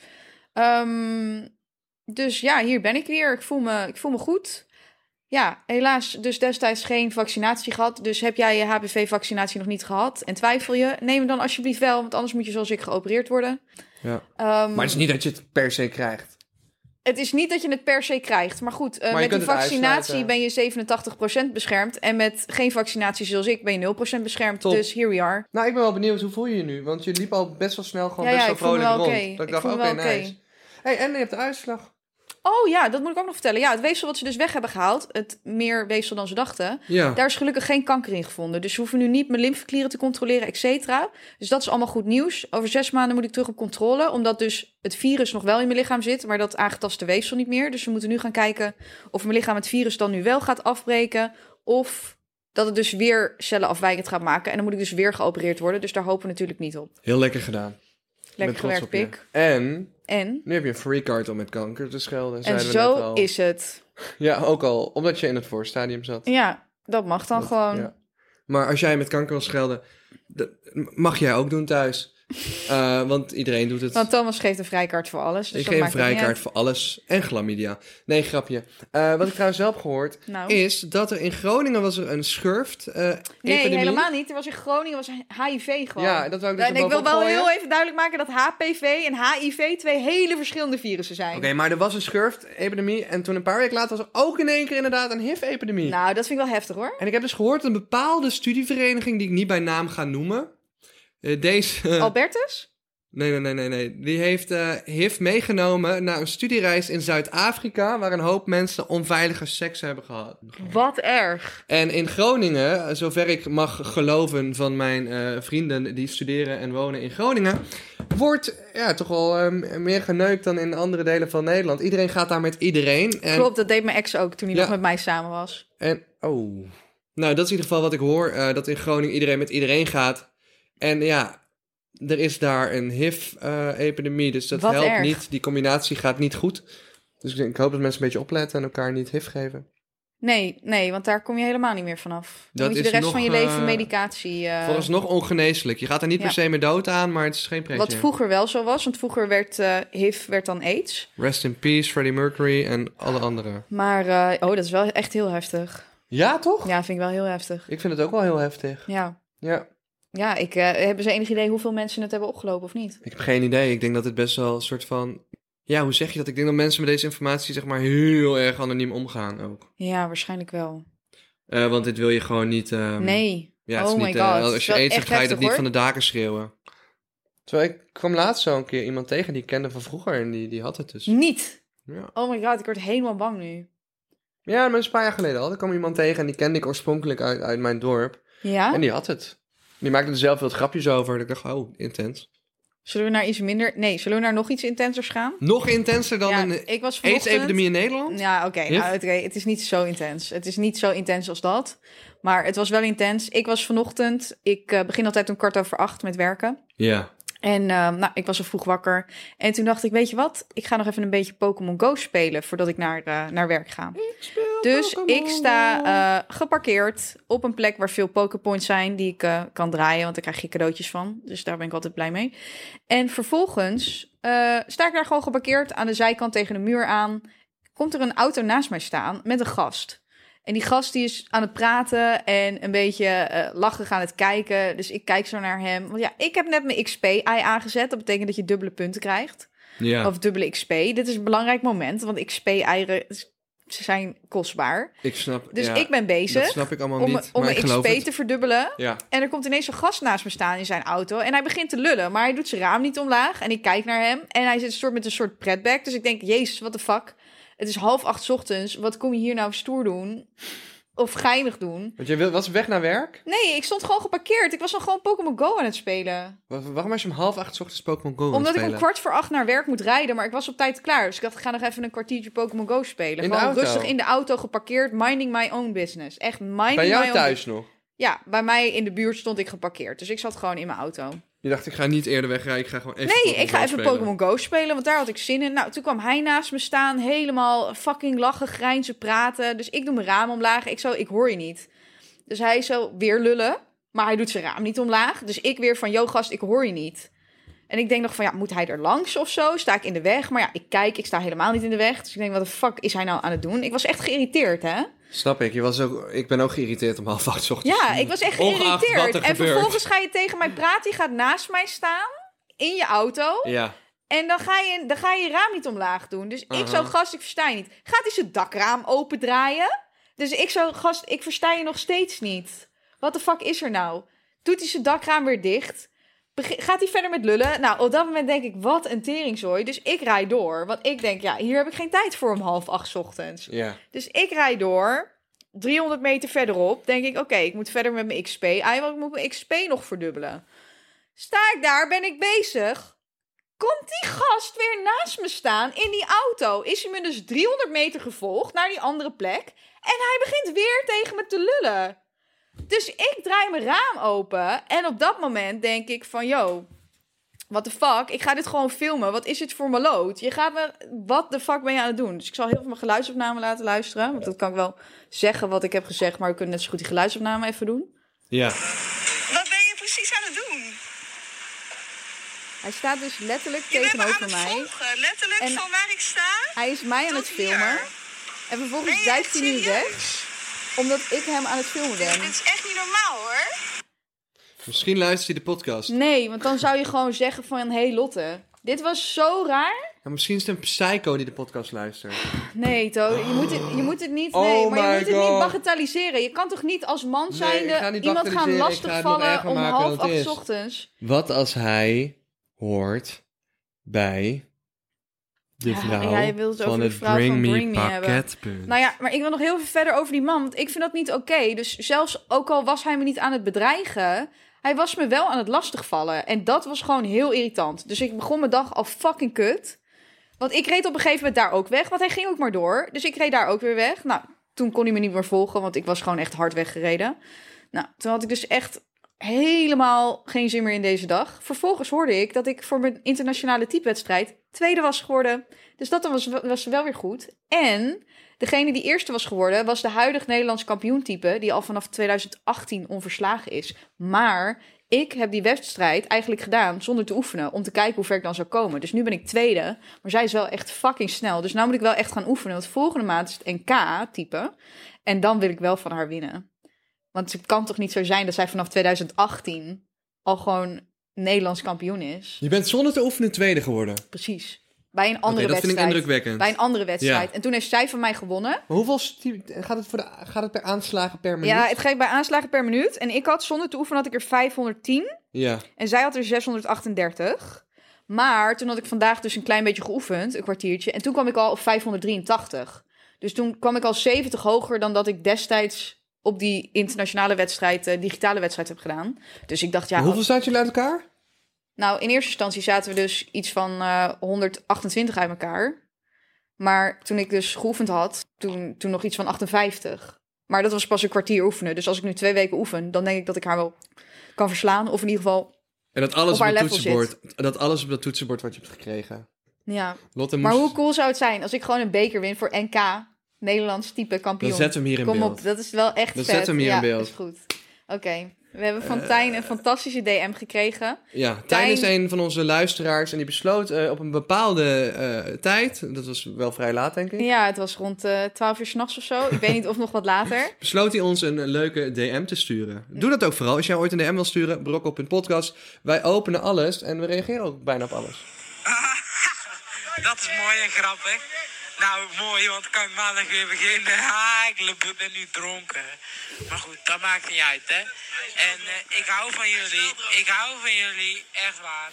Speaker 4: Ehm, dus ja, hier ben ik weer. Ik voel me, ik voel me goed. Ja, helaas dus destijds geen vaccinatie gehad. Dus heb jij je HPV-vaccinatie nog niet gehad en twijfel je, neem hem dan alsjeblieft wel, want anders moet je zoals ik geopereerd worden.
Speaker 3: Ja.
Speaker 4: Ehm,
Speaker 3: Maar het is niet dat je het per se krijgt.
Speaker 4: het is niet dat je het per se krijgt. Maar goed, eh,
Speaker 3: Maar je
Speaker 4: met een
Speaker 3: kunt het
Speaker 4: vaccinatie ben
Speaker 3: uitsluiten.
Speaker 4: je 87% beschermd. En met geen vaccinatie zoals ik ben je 0% beschermd.
Speaker 3: Top.
Speaker 4: Dus here we are.
Speaker 3: Nou, ik ben wel benieuwd, hoe voel je je nu? Want je liep al best wel snel gewoon
Speaker 4: Ja,
Speaker 3: best
Speaker 4: ja,
Speaker 3: wel
Speaker 4: ik voel me
Speaker 3: vrolijk
Speaker 4: wel
Speaker 3: rond.
Speaker 4: oké.
Speaker 3: Dat ik
Speaker 4: Ik
Speaker 3: dacht,
Speaker 4: voel
Speaker 3: oké,
Speaker 4: me wel
Speaker 3: nice. hey, en je hebt de uitslag.
Speaker 4: Oh ja, dat moet ik ook nog vertellen. Ja, het weefsel wat ze dus weg hebben gehaald, het meer weefsel dan ze dachten,
Speaker 3: Ja.
Speaker 4: daar is gelukkig geen kanker in gevonden. Dus ze hoeven nu niet mijn lymfeklieren te controleren, et cetera. Dus dat is allemaal goed nieuws. Over zes maanden moet ik terug op controle, omdat dus het virus nog wel in mijn lichaam zit, maar dat aangetaste weefsel niet meer. Dus we moeten nu gaan kijken of mijn lichaam het virus dan nu wel gaat afbreken, of dat het dus weer cellen afwijkend gaat maken. En dan moet ik dus weer geopereerd worden. Dus daar hopen we natuurlijk niet op.
Speaker 3: Heel lekker gedaan. Ik ben
Speaker 4: Lekker
Speaker 3: trots
Speaker 4: gewerkt,
Speaker 3: op je.
Speaker 4: pik.
Speaker 3: En
Speaker 4: En,
Speaker 3: nu heb je een free card om met kanker te schelden.
Speaker 4: en
Speaker 3: zeiden we net
Speaker 4: zo
Speaker 3: al.
Speaker 4: is het.
Speaker 3: Ja, ook al. Omdat je in het voorstadium zat.
Speaker 4: Ja, dat mag dan
Speaker 3: Dat-
Speaker 4: gewoon.
Speaker 3: ja. Maar als jij met kanker wil schelden, dat mag jij ook doen thuis. Eh, want iedereen doet het.
Speaker 4: Want Thomas geeft een vrijkaart voor alles. Dus
Speaker 3: ik
Speaker 4: dat
Speaker 3: geef een
Speaker 4: maakt het niet
Speaker 3: vrijkaart voor alles. En chlamydia. Nee, grapje. Eh, wat ik trouwens wel heb gehoord,
Speaker 4: uit. Nou.
Speaker 3: is dat er in Groningen was er een schurft eh
Speaker 4: Nee,
Speaker 3: epidemie.
Speaker 4: helemaal niet. Er was in Groningen was HIV gewoon.
Speaker 3: Ja, dat wou ik dus
Speaker 4: en ik wil
Speaker 3: erbovenop
Speaker 4: wel
Speaker 3: gooien.
Speaker 4: heel even duidelijk maken dat HPV en HIV twee hele verschillende virussen zijn.
Speaker 3: Oké, maar er was een schurft-epidemie en toen een paar weken later was er ook in één keer inderdaad een HIV-epidemie.
Speaker 4: Nou, dat vind ik wel heftig hoor.
Speaker 3: En ik heb dus gehoord dat een bepaalde studievereniging, die ik niet bij naam ga noemen, eh, deze...
Speaker 4: Albertus?
Speaker 3: Nee, nee, nee, nee, nee. Die heeft eh, HIV meegenomen naar een studiereis in Zuid-Afrika, waar een hoop mensen onveilige seks hebben gehad.
Speaker 4: Wat erg.
Speaker 3: En in Groningen, eh, zover ik mag geloven van mijn eh, vrienden die studeren en wonen in Groningen, wordt ja, toch wel eh, m- meer geneukt dan in andere delen van Nederland. Iedereen gaat daar met iedereen. En,
Speaker 4: Klopt, dat deed mijn ex ook toen hij
Speaker 3: Ja.
Speaker 4: nog met mij samen was.
Speaker 3: En, oh. Nou, dat is in ieder geval wat ik hoor, eh, dat in Groningen iedereen met iedereen gaat. En ja, er is daar een HIV-epidemie, dus dat
Speaker 4: Wat
Speaker 3: helpt
Speaker 4: erg.
Speaker 3: niet. Die combinatie gaat niet goed. Dus ik, ik hoop dat mensen een beetje opletten en elkaar niet HIV geven.
Speaker 4: Nee, nee, want daar kom je helemaal niet meer vanaf.
Speaker 3: Dat
Speaker 4: Dan moet je
Speaker 3: is
Speaker 4: de rest
Speaker 3: nog,
Speaker 4: van je leven
Speaker 3: eh,
Speaker 4: medicatie... eh,
Speaker 3: Vooralsnog ongeneeslijk. Je gaat er niet
Speaker 4: ja.
Speaker 3: per se meer dood aan, maar het is geen pretje.
Speaker 4: wat vroeger wel zo was, want vroeger werd eh, HIV werd dan AIDS.
Speaker 3: Rest in peace, Freddie Mercury en alle anderen.
Speaker 4: Maar, eh, oh, dat is wel echt heel heftig.
Speaker 3: Ja, toch?
Speaker 4: Ja, vind ik wel heel heftig.
Speaker 3: Ik vind het ook wel heel heftig.
Speaker 4: Ja.
Speaker 3: Ja.
Speaker 4: Ja, ik, eh, hebben ze enig idee hoeveel mensen het hebben opgelopen of niet?
Speaker 3: Ik heb geen idee. Ik denk dat het best wel een soort van... Ja, hoe zeg je dat? Ik denk dat mensen met deze informatie zeg maar heel erg anoniem omgaan ook.
Speaker 4: Ja, waarschijnlijk wel.
Speaker 3: Eh, want dit wil je gewoon niet... ehm,
Speaker 4: nee.
Speaker 3: Ja, het is
Speaker 4: Oh my
Speaker 3: niet, eh,
Speaker 4: God.
Speaker 3: als je
Speaker 4: Dat is
Speaker 3: aids hebt,
Speaker 4: echt
Speaker 3: ga je dat
Speaker 4: heftig,
Speaker 3: niet
Speaker 4: hoor.
Speaker 3: van de daken schreeuwen. Terwijl ik kwam laatst zo een keer iemand tegen die ik kende van vroeger en die, die had het dus.
Speaker 4: Niet.
Speaker 3: Ja.
Speaker 4: Oh my god, ik word helemaal bang nu.
Speaker 3: ja, maar dat is een paar jaar geleden al. Er kwam iemand tegen en die kende ik oorspronkelijk uit, uit mijn dorp.
Speaker 4: Ja?
Speaker 3: En die had het. Die maakte er zelf wat grapjes over. En ik dacht, oh, intens.
Speaker 4: Zullen we naar iets minder... Nee, zullen we naar nog iets intensers gaan?
Speaker 3: Nog intenser dan
Speaker 4: ja,
Speaker 3: een
Speaker 4: ik was vanochtend...
Speaker 3: AIDS-epidemie in Nederland?
Speaker 4: Ja, oké.
Speaker 3: Ja?
Speaker 4: nou, oké, Het is niet zo intens. Het is niet zo intens als dat. Maar het was wel intens. Ik was vanochtend... Ik eh, begin altijd om kwart over acht met werken.
Speaker 3: Ja.
Speaker 4: En ehm, nou, ik was al vroeg wakker. En toen dacht ik, weet je wat? Ik ga nog even een beetje Pokémon Go spelen voordat ik naar, eh, naar werk ga. dus ik sta eh, geparkeerd op een plek waar veel Poképoints zijn die ik eh, kan draaien, want daar krijg je cadeautjes van. Dus daar ben ik altijd blij mee. En vervolgens eh, sta ik daar gewoon geparkeerd aan de zijkant tegen de muur aan. Komt er een auto naast mij staan met een gast. En die gast die is aan het praten en een beetje eh, lachig aan het kijken. Dus ik kijk zo naar hem. Want ja, ik heb net mijn XP-ei aangezet. Dat betekent dat je dubbele punten krijgt.
Speaker 3: Ja.
Speaker 4: Of dubbele XP. Dit is een belangrijk moment, want XP-eieren ze zijn kostbaar.
Speaker 3: ik snap.
Speaker 4: Dus
Speaker 3: ja,
Speaker 4: ik ben bezig
Speaker 3: Dat snap ik allemaal
Speaker 4: om,
Speaker 3: niet.
Speaker 4: om
Speaker 3: maar
Speaker 4: mijn
Speaker 3: ik
Speaker 4: XP
Speaker 3: geloof het.
Speaker 4: te verdubbelen.
Speaker 3: Ja.
Speaker 4: En er komt ineens een gast naast me staan in zijn auto. En hij begint te lullen, maar hij doet zijn raam niet omlaag. En ik kijk naar hem en hij zit soort met een soort pretback. Dus ik denk, jezus, wat de fuck. Het is half acht 's ochtends. Wat kom je hier nou stoer doen? Of geinig doen?
Speaker 3: Want jij wil- was weg naar werk?
Speaker 4: Nee, ik stond gewoon geparkeerd. Ik was dan gewoon Pokémon Go aan het spelen.
Speaker 3: Wa- Waarom was je om half acht 's ochtends Pokémon Go aan het
Speaker 4: Omdat ik om
Speaker 3: spelen?
Speaker 4: kwart voor acht naar werk moet rijden. Maar ik was op tijd klaar. Dus ik dacht, ik ga nog even een kwartiertje Pokémon Go spelen.
Speaker 3: In de
Speaker 4: gewoon
Speaker 3: auto?
Speaker 4: rustig in de auto geparkeerd. Minding my own business. Echt minding
Speaker 3: Bij
Speaker 4: my
Speaker 3: jou
Speaker 4: own
Speaker 3: thuis nog?
Speaker 4: Ja, bij mij in de buurt stond ik geparkeerd. Dus ik zat gewoon in mijn auto.
Speaker 3: Je dacht, ik ga niet eerder wegrijden, ik ga gewoon even
Speaker 4: Nee,
Speaker 3: Pokémon
Speaker 4: ik ga
Speaker 3: Go
Speaker 4: even
Speaker 3: spelen.
Speaker 4: Pokémon Go spelen, want daar had ik zin in. Nou, toen kwam hij naast me staan, helemaal fucking lachen, grijnzen, praten. Dus ik doe mijn raam omlaag. Ik zo, ik hoor je niet. Dus hij zo, weer lullen. Maar hij doet zijn raam niet omlaag. Dus ik weer van, yo gast, ik hoor je niet. En ik denk nog van, ja, moet hij er langs of zo? Sta ik in de weg? Maar ja, ik kijk, ik sta helemaal niet in de weg. Dus ik denk, wat de fuck is hij nou aan het doen? Ik was echt geïrriteerd, hè?
Speaker 3: Snap ik, je was ook, ik ben ook geïrriteerd om half acht 's ochtends.
Speaker 4: Ja, ik was echt
Speaker 3: Ongeacht wat
Speaker 4: geïrriteerd.
Speaker 3: er
Speaker 4: En
Speaker 3: gebeurt.
Speaker 4: vervolgens ga je tegen mij praten. Die gaat naast mij staan, in je auto.
Speaker 3: Ja,
Speaker 4: En dan ga, je, dan ga je je raam niet omlaag doen. Dus ik
Speaker 3: Aha.
Speaker 4: zou, gast, ik versta je niet. Gaat hij zijn dakraam opendraaien? Dus ik zou, gast, ik versta je nog steeds niet. Wat de fuck is er nou? Doet hij zijn dakraam weer dicht? Beg- gaat hij verder met lullen? Nou, op dat moment denk ik, wat een teringzooi. Dus ik rijd door. Want ik denk, ja, hier heb ik geen tijd voor om half acht 's ochtends.
Speaker 3: ja.
Speaker 4: Dus ik rijd door. 300 meter verderop denk ik, oké, ik moet verder met mijn XP. Ah, want ik moet mijn XP nog verdubbelen. Sta ik daar, ben ik bezig. Komt die gast weer naast me staan in die auto? Is hij me dus 300 meter gevolgd naar die andere plek? En hij begint weer tegen me te lullen. Dus ik draai mijn raam open. En op dat moment denk ik van, yo, what the fuck? Ik ga dit gewoon filmen. Wat is dit voor mijn lood? Je gaat me... Wat de fuck ben je aan het doen? Dus ik zal heel veel mijn geluidsopname laten luisteren. Want dat kan ik wel zeggen wat ik heb gezegd. Maar we kunnen net zo goed die geluidsopname even doen.
Speaker 3: Ja,
Speaker 5: Wat ben je precies aan het doen?
Speaker 4: Hij staat dus letterlijk
Speaker 5: Je bent me aan
Speaker 4: tegenover
Speaker 5: het
Speaker 4: mij.
Speaker 5: volgen, letterlijk
Speaker 4: En-
Speaker 5: van waar ik sta.
Speaker 4: Hij is mij aan het
Speaker 5: Tot hier.
Speaker 4: filmen.
Speaker 5: Ben
Speaker 4: En vervolgens
Speaker 5: je echt
Speaker 4: duikt hij nu
Speaker 5: serieus?
Speaker 4: weg. Omdat ik hem aan het filmen
Speaker 5: Dit, dit
Speaker 4: ben.
Speaker 5: is echt niet normaal hoor.
Speaker 3: misschien luistert hij de podcast.
Speaker 4: Nee, want dan zou je gewoon zeggen van... Hé hey Lotte, dit was zo raar.
Speaker 3: Ja, misschien is het een psycho die de podcast luistert.
Speaker 4: Nee, To, je moet het, je moet het niet...
Speaker 3: Oh
Speaker 4: Nee, maar
Speaker 3: my
Speaker 4: je moet het
Speaker 3: God.
Speaker 4: niet bagatelliseren. Je kan toch niet als man zijnde
Speaker 3: ik ga niet
Speaker 4: iemand gaan
Speaker 3: bagatelliseren. Ik ga het nog
Speaker 4: lastigvallen
Speaker 3: erger
Speaker 4: om
Speaker 3: maken dan
Speaker 4: half
Speaker 3: het
Speaker 4: acht
Speaker 3: is.
Speaker 4: 's ochtends?
Speaker 3: Wat als hij hoort bij de
Speaker 4: Ja,
Speaker 3: vrouw
Speaker 4: jij wilt het
Speaker 3: van
Speaker 4: over de
Speaker 3: het
Speaker 4: vrouw
Speaker 3: Bring
Speaker 4: van
Speaker 3: Me
Speaker 4: Bring Me hebben.
Speaker 3: pakketpunt?
Speaker 4: Nou ja, maar ik wil nog heel veel verder over die man. Want ik vind dat niet oké. Dus zelfs ook al was hij me niet aan het bedreigen. Hij was me wel aan het lastigvallen. En dat was gewoon heel irritant. Dus ik begon mijn dag al fucking kut. Want ik reed op een gegeven moment daar ook weg. Want hij ging ook maar door. Dus ik reed daar ook weer weg. Nou, toen kon hij me niet meer volgen. Want ik was gewoon echt hard weggereden. Nou, toen had ik dus echt helemaal geen zin meer in deze dag. Vervolgens hoorde ik dat ik voor mijn internationale typewedstrijd tweede was geworden. Dus dat was, was wel weer goed. En Degene die eerste was geworden was de huidig Nederlands kampioentype, die al vanaf 2018 onverslagen is. Maar ik heb die wedstrijd eigenlijk gedaan zonder te oefenen, om te kijken hoe ver ik dan zou komen. Dus nu ben ik tweede, maar zij is wel echt fucking snel. Dus nu moet ik wel echt gaan oefenen, want volgende maand is het NK-type. En dan wil ik wel van haar winnen. Want het kan toch niet zo zijn dat zij vanaf 2018 al gewoon Nederlands kampioen is?
Speaker 3: Je bent zonder te oefenen tweede geworden.
Speaker 4: Precies. Bij een andere
Speaker 3: Oké, dat vind ik
Speaker 4: wedstrijd.
Speaker 3: indrukwekkend.
Speaker 4: bij een andere wedstrijd.
Speaker 3: Ja.
Speaker 4: En toen heeft zij van mij gewonnen.
Speaker 3: Maar hoeveel stie- gaat, het voor de, gaat het per aanslagen per minuut?
Speaker 4: Ja, het geeft bij aanslagen per minuut. En ik had zonder te oefenen had ik er 510.
Speaker 3: Ja.
Speaker 4: En zij had er 638. Maar toen had ik vandaag dus een klein beetje geoefend, een kwartiertje. En toen kwam ik al op 583. Dus toen kwam ik al 70 hoger dan dat ik destijds op die internationale wedstrijd, eh, digitale wedstrijd heb gedaan. Dus ik dacht, ja,
Speaker 3: hoeveel staat jullie uit elkaar?
Speaker 4: Nou, in eerste instantie zaten we dus iets van eh, 128 uit elkaar. Maar toen ik dus geoefend had, toen, toen nog iets van 58. Maar dat was pas een kwartier oefenen. Dus als ik nu twee weken oefen, dan denk ik dat ik haar wel kan verslaan. Of in ieder geval,
Speaker 3: En dat alles
Speaker 4: Op
Speaker 3: op,
Speaker 4: haar
Speaker 3: het
Speaker 4: level
Speaker 3: toetsenbord. Dat alles op dat toetsenbord wat je hebt gekregen.
Speaker 4: ja.
Speaker 3: Lotte moest...
Speaker 4: Maar hoe cool zou het zijn als ik gewoon een beker win voor NK, Nederlands type kampioen.
Speaker 3: Dan zetten we hem hier in
Speaker 4: Kom
Speaker 3: beeld.
Speaker 4: op, dat is wel echt
Speaker 3: Dan
Speaker 4: vet.
Speaker 3: zetten we hem hier
Speaker 4: ja,
Speaker 3: in beeld. Eh.
Speaker 4: is goed. Oké, we hebben van Tijn een fantastische DM gekregen.
Speaker 3: Ja, Tijn, is een van onze luisteraars en die besloot eh, op een bepaalde eh, tijd, dat was wel vrij laat denk ik,
Speaker 4: Ja, het was rond eh 12 uur s'nachts of zo. Ik weet niet of nog wat later.
Speaker 3: besloot hij ons een eh, leuke DM te sturen. Doe dat ook vooral, als jij ooit een DM wil sturen, brokkel.podcast. Wij openen alles en we reageren ook bijna op alles.
Speaker 6: Dat is mooi en grappig. Nou, mooi, want dan kan ik maandag weer beginnen. Ha, ik l- ben nu dronken. Maar goed, dat maakt niet uit, hè. En eh, ik hou van jullie. Ik hou van jullie, echt waar.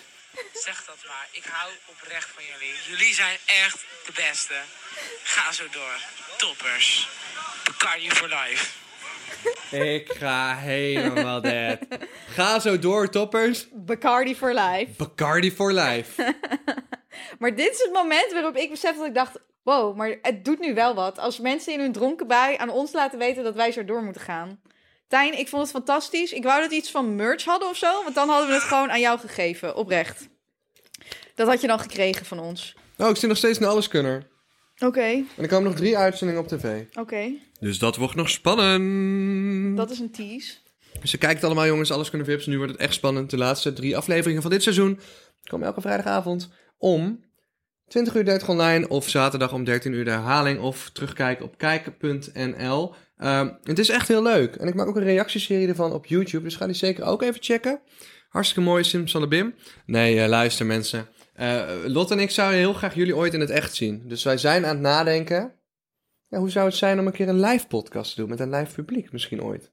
Speaker 6: Zeg dat maar. Ik hou oprecht van jullie. Jullie zijn echt de beste. Ga zo door. Toppers. Cardio for life.
Speaker 3: Ik ga helemaal dead. Ga zo door, toppers.
Speaker 4: Bacardi for life.
Speaker 3: Bacardi for life.
Speaker 4: Maar dit is het moment waarop ik besef dat ik dacht... Wow, maar het doet nu wel wat. Als mensen in hun dronken bui aan ons laten weten dat wij zo door moeten gaan. Tijn, ik vond het fantastisch. Ik wou dat we iets van merch hadden of zo. Want dan hadden we het gewoon aan jou gegeven, oprecht. Dat had je dan gekregen van ons.
Speaker 3: Oh, ik zit nog steeds in Alleskunner.
Speaker 4: Oké,
Speaker 3: En er komen nog drie uitzendingen op tv.
Speaker 4: oké.
Speaker 3: Dus dat wordt nog spannend.
Speaker 4: Dat is een tease.
Speaker 3: Dus Ze kijkt allemaal, jongens. Alles kunnen vips. Nu wordt het echt spannend. De laatste drie afleveringen van dit seizoen komen elke vrijdagavond om 20 uur 30 online. Of zaterdag om 13 uur de herhaling. Of terugkijken op kijken.nl. Ehm, het is echt heel leuk. En ik maak ook een reactieserie ervan op YouTube. Dus ga die zeker ook even checken. Hartstikke mooi, Simsalabim. Nee, eh, luister mensen. Eh Lot en ik zouden heel graag jullie ooit in het echt zien. Dus wij zijn aan het nadenken. Ja, hoe zou het zijn om een keer een live podcast te doen met een live publiek misschien ooit?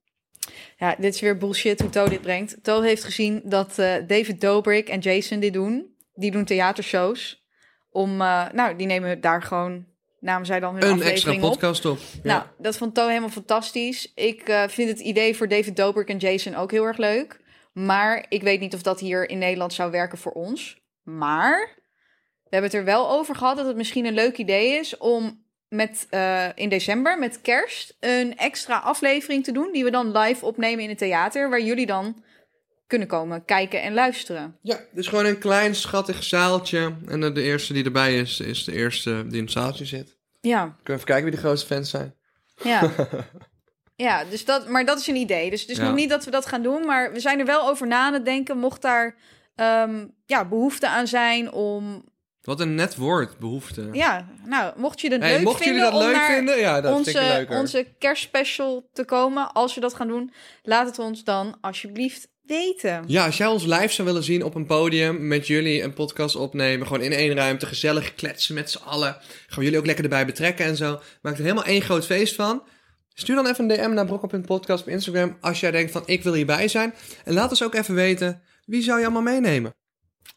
Speaker 4: Ja, dit is weer bullshit hoe To dit brengt. To heeft gezien dat eh, David Dobrik en Jason dit doen. Die doen theatershows. Om, eh, nou, die nemen daar gewoon, namen zij dan hun
Speaker 3: een extra
Speaker 4: aflevering op.
Speaker 3: podcast op. Ja.
Speaker 4: Nou, dat vond To helemaal fantastisch. Ik eh, vind het idee voor David Dobrik en Jason ook heel erg leuk. Maar ik weet niet of dat hier in Nederland zou werken voor ons. Maar we hebben het er wel over gehad dat het misschien een leuk idee is om met, eh, in december, met kerst, een extra aflevering te doen. Die we dan live opnemen in het theater. Waar jullie dan kunnen komen kijken en luisteren.
Speaker 3: ja, dus gewoon een klein schattig zaaltje. En eh, de eerste die erbij is, is de eerste die in het zaaltje zit. Kunnen
Speaker 4: Ja,
Speaker 3: we even kijken wie de grootste fans zijn.
Speaker 4: ja. Ja, dus dat, maar dat is een idee. Dus het is
Speaker 3: Ja.
Speaker 4: nog niet dat we dat gaan doen, maar we zijn er wel over na aan het denken. Mocht daar ehm, ja, behoefte aan zijn om...
Speaker 3: Wat een net woord, behoefte.
Speaker 4: Ja, nou, mocht je het
Speaker 3: Hey,
Speaker 4: leuk
Speaker 3: mochten jullie
Speaker 4: vinden
Speaker 3: dat
Speaker 4: om
Speaker 3: leuk
Speaker 4: naar
Speaker 3: vinden, ja, dat vind ik
Speaker 4: onze,
Speaker 3: leuker.
Speaker 4: onze kerstspecial te komen, als we dat gaan doen, laat het ons dan alsjeblieft weten.
Speaker 3: Ja, als jij ons live zou willen zien op een podium met jullie een podcast opnemen, gewoon in één ruimte, gezellig kletsen met z'n allen. Gaan we jullie ook lekker erbij betrekken en zo. Maak er helemaal één groot feest van. Stuur dan even een DM naar brokkel.podcast op Instagram als jij denkt van ik wil hierbij zijn. En laat ons ook even weten, wie zou je allemaal meenemen?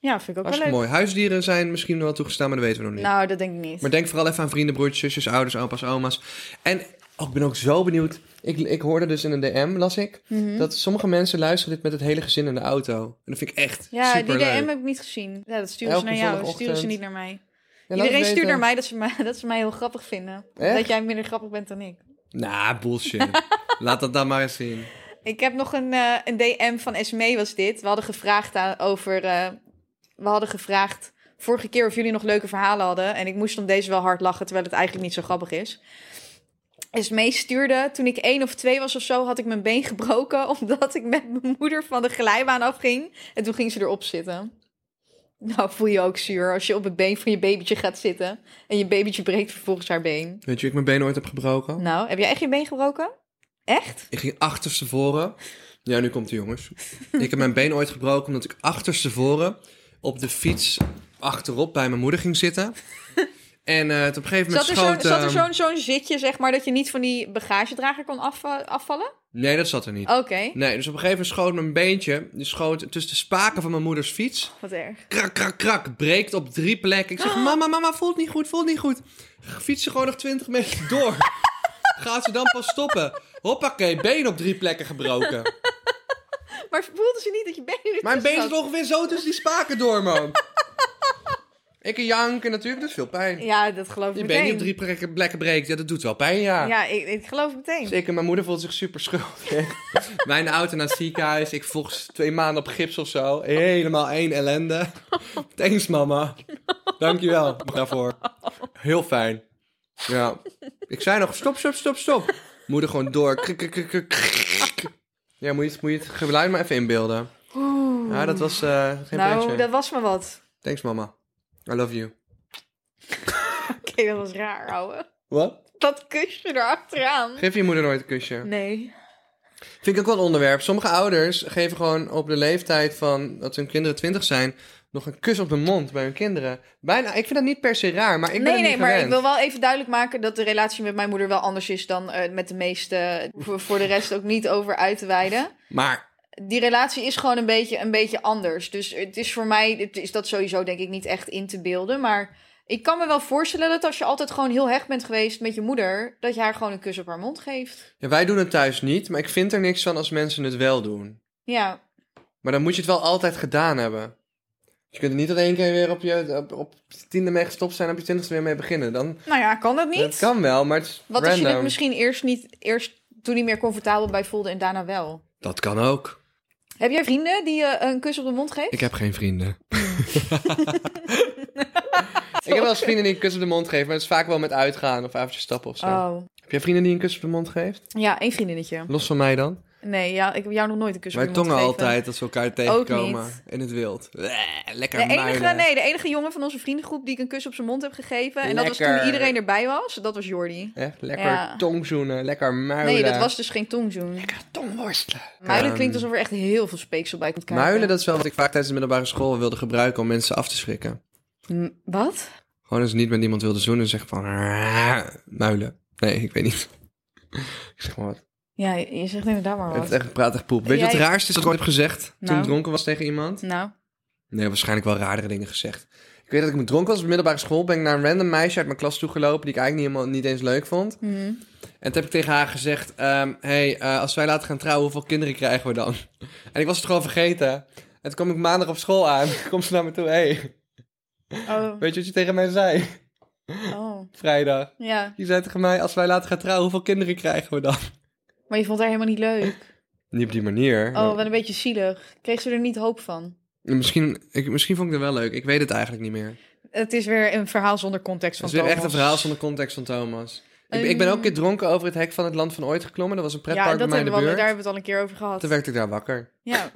Speaker 4: Ja, vind ik ook wel leuk.
Speaker 3: Hartstikke mooi. Huisdieren zijn misschien wel toegestaan, maar dat weten we nog niet.
Speaker 4: Nou, dat denk ik niet.
Speaker 3: Maar denk vooral even aan vrienden, broertjes, zusjes, ouders, opa's, oma's. En oh, ik ben ook zo benieuwd. Ik, ik hoorde dus in een DM, las ik,
Speaker 4: Mhm.
Speaker 3: dat sommige mensen luisteren dit met het hele gezin in de auto. En dat vind ik echt
Speaker 4: ja,
Speaker 3: superleuk.
Speaker 4: die DM heb ik niet gezien. Ja, dat sturen ze
Speaker 3: Elke
Speaker 4: naar jou, dat
Speaker 3: zondagochtend.
Speaker 4: sturen ze niet naar mij.
Speaker 3: Ja, laat
Speaker 4: Iedereen
Speaker 3: het
Speaker 4: stuurt
Speaker 3: weten.
Speaker 4: naar mij dat, ze mij dat ze mij heel grappig vinden.
Speaker 3: Echt?
Speaker 4: Dat jij minder grappig bent dan ik.
Speaker 3: Nou, bullshit. Laat dat dan maar eens zien.
Speaker 4: Ik heb nog een, eh, een DM van SME was dit. We hadden gevraagd aan, over. eh, we hadden gevraagd vorige keer of jullie nog leuke verhalen hadden. En ik moest om deze wel hard lachen, terwijl het eigenlijk niet zo grappig is. SME stuurde, toen ik één of twee was of zo, had ik mijn been gebroken. Omdat ik met mijn moeder van de glijbaan afging. En toen ging ze erop zitten. Nou, voel je ook zuur als je op het been van je babytje gaat zitten. En je babytje breekt vervolgens haar been.
Speaker 3: Weet je, wie ik mijn been ooit heb gebroken.
Speaker 4: Nou, heb jij echt je been gebroken? Echt?
Speaker 3: Ik ging achterstevoren. Ja, nu komt ie, jongens. ik heb mijn been ooit gebroken omdat ik achterstevoren op de fiets achterop bij mijn moeder ging zitten. en eh, het op een gegeven moment
Speaker 4: Zat er zo'n
Speaker 3: schoot...
Speaker 4: zat er
Speaker 3: ehm,
Speaker 4: zo'n zo'n zitje, zeg maar, dat je niet van die bagagedrager kon af, afvallen?
Speaker 3: Nee, dat zat er niet.
Speaker 4: Oké,
Speaker 3: Nee, dus op een gegeven moment schoot mijn beentje. Die schoot tussen de spaken van mijn moeders fiets.
Speaker 4: wat erg.
Speaker 3: Krak, krak, krak. Breekt op drie plekken. Ik zeg,
Speaker 4: Oh.
Speaker 3: mama, mama, voelt niet goed, voelt niet goed. Fiets ze gewoon nog 20 meter door. Gaat ze dan pas stoppen? Hoppakee, been op drie plekken gebroken.
Speaker 4: Maar voelde ze niet dat je benen
Speaker 3: Mijn
Speaker 4: er tussen
Speaker 3: been zit
Speaker 4: zat?
Speaker 3: ongeveer zo tussen die spaken door, man. Ik een jank en natuurlijk doet veel pijn.
Speaker 4: Ja, dat geloof ik
Speaker 3: Je
Speaker 4: meteen.
Speaker 3: been die op drie plekken plekken breekt, ja, dat doet wel pijn, ja.
Speaker 4: Ja, ik, ik geloof het meteen.
Speaker 3: Zeker, mijn moeder voelt zich super schuldig. Mijn auto naar het ziekenhuis, ik volgens twee maanden op gips of zo. Helemaal één ellende. Thanks, mama. Dankjewel daarvoor. Heel fijn. Ja. Ik zei nog, stop, stop, stop, stop. Moeder gewoon door. Krik, krik, krik, krik, krik. Ja, moet je, het, moet je het geluid maar even inbeelden. Ja, dat was eh, geen
Speaker 4: nou,
Speaker 3: pretje.
Speaker 4: dat was maar wat.
Speaker 3: Thanks, mama. I love you.
Speaker 4: Oké, dat was raar, ouwe.
Speaker 3: Wat?
Speaker 4: Dat kusje erachteraan.
Speaker 3: Geef je moeder nooit een kusje.
Speaker 4: Nee.
Speaker 3: Vind ik ook wel een onderwerp. Sommige ouders geven gewoon op de leeftijd van dat hun kinderen 20 zijn nog een kus op de mond bij hun kinderen. Bijna, ik vind dat niet per se raar, maar ik ben
Speaker 4: nee,
Speaker 3: het
Speaker 4: nee,
Speaker 3: niet
Speaker 4: maar ik
Speaker 3: gewend.
Speaker 4: wil wel even duidelijk maken dat de relatie met mijn moeder wel anders is dan eh, met de meeste. Voor, voor de rest ook niet over uit te wijden.
Speaker 3: Maar
Speaker 4: die relatie is gewoon een beetje, een beetje anders. Dus het is voor mij, het is dat sowieso denk ik niet echt in te beelden. Maar ik kan me wel voorstellen dat als je altijd gewoon heel hecht bent geweest met je moeder, dat je haar gewoon een kus op haar mond geeft.
Speaker 3: ja, wij doen het thuis niet, maar ik vind er niks van als mensen het wel doen.
Speaker 4: Ja,
Speaker 3: Maar dan moet je het wel altijd gedaan hebben. Je kunt er niet dat één keer weer op je op, op je tiende mee gestopt zijn en op je twintigste weer mee beginnen. Dan,
Speaker 4: nou ja, kan dat niet?
Speaker 3: dat kan wel, maar het is
Speaker 4: Wat als
Speaker 3: random.
Speaker 4: je het misschien eerst niet, eerst toen niet meer comfortabel bij voelde en daarna wel?
Speaker 3: Dat kan ook.
Speaker 4: Heb jij vrienden die je een kus op de mond geven?
Speaker 3: Ik heb geen vrienden. ik heb wel eens vrienden die een kus op de mond geven, maar het is vaak wel met uitgaan of avondjes stappen of zo.
Speaker 4: Oh,
Speaker 3: Heb jij vrienden die een kus op de mond geeft?
Speaker 4: ja, één vriendinnetje.
Speaker 3: Los van mij dan?
Speaker 4: Nee, ja, ik heb jou nog nooit een kus op
Speaker 3: Wij
Speaker 4: de mond
Speaker 3: tongen
Speaker 4: gegeven.
Speaker 3: altijd als we elkaar tegenkomen
Speaker 4: niet.
Speaker 3: in het wild. Bleh, Lekker
Speaker 4: De enige,
Speaker 3: muilen.
Speaker 4: nee, de enige jongen van onze vriendengroep die ik een kus op zijn mond heb gegeven. En dat was
Speaker 3: Lekker.
Speaker 4: toen iedereen erbij was. Dat was Jordi.
Speaker 3: Echt, lekker
Speaker 4: Ja.
Speaker 3: tongzoenen, lekker muilen.
Speaker 4: Nee, dat was dus geen tongzoen.
Speaker 3: tongworstelen.
Speaker 4: Muilen
Speaker 3: Ehm,
Speaker 4: klinkt alsof er echt heel veel speeksel bij komt kijken.
Speaker 3: Muilen, dat is wel wat ik vaak tijdens de middelbare school wilde gebruiken om mensen af te schrikken.
Speaker 4: M- Hm, Wat?
Speaker 3: Gewoon als ik niet met iemand wilde zoenen, zeg van... Muilen. Nee, ik weet niet. ik zeg maar wat.
Speaker 4: Ja, je zegt inderdaad maar
Speaker 3: Het is
Speaker 4: wat.
Speaker 3: echt pratig poep. Weet je wat het
Speaker 4: Jij-
Speaker 3: raarste is dat ik ooit heb gezegd? Toen
Speaker 4: Nou.
Speaker 3: ik dronken was tegen iemand?
Speaker 4: Nou,
Speaker 3: Nee, waarschijnlijk wel raardere dingen gezegd. Ik weet dat ik me dronken was op de middelbare school. Ben ik naar een random meisje uit mijn klas toegelopen. die ik eigenlijk niet, helemaal, niet eens leuk vond.
Speaker 4: mhm.
Speaker 3: En toen heb ik tegen haar gezegd: ehm, hey, eh, als wij laten gaan trouwen, hoeveel kinderen krijgen we dan? En ik was het gewoon vergeten. En toen kwam ik maandag op school aan. Komt ze naar me toe: hey,
Speaker 4: oh,
Speaker 3: weet je wat je tegen mij zei?
Speaker 4: oh,
Speaker 3: Vrijdag.
Speaker 4: ja.
Speaker 3: Je zei tegen mij: als wij laten gaan trouwen, hoeveel kinderen krijgen we dan?
Speaker 4: Maar je vond haar helemaal niet leuk.
Speaker 3: Niet op die manier.
Speaker 4: Oh, wel een beetje zielig. Kreeg ze er niet hoop van?
Speaker 3: misschien, ik, misschien vond ik dat wel leuk. Ik weet het eigenlijk niet meer.
Speaker 4: Het is weer een verhaal zonder context van
Speaker 3: Het is weer echt
Speaker 4: Thomas.
Speaker 3: een verhaal zonder context van Thomas. Ik, ben- ik ben
Speaker 4: Ehm.
Speaker 3: ook een keer dronken over het hek van het Land van Ooit geklommen. Dat was een pretpark
Speaker 4: Ja,
Speaker 3: bij
Speaker 4: dat
Speaker 3: mij in
Speaker 4: hebben
Speaker 3: de
Speaker 4: we al, daar
Speaker 3: buurt.
Speaker 4: hebben we het al een keer over gehad.
Speaker 3: Toen werd ik daar wakker.
Speaker 4: Ja.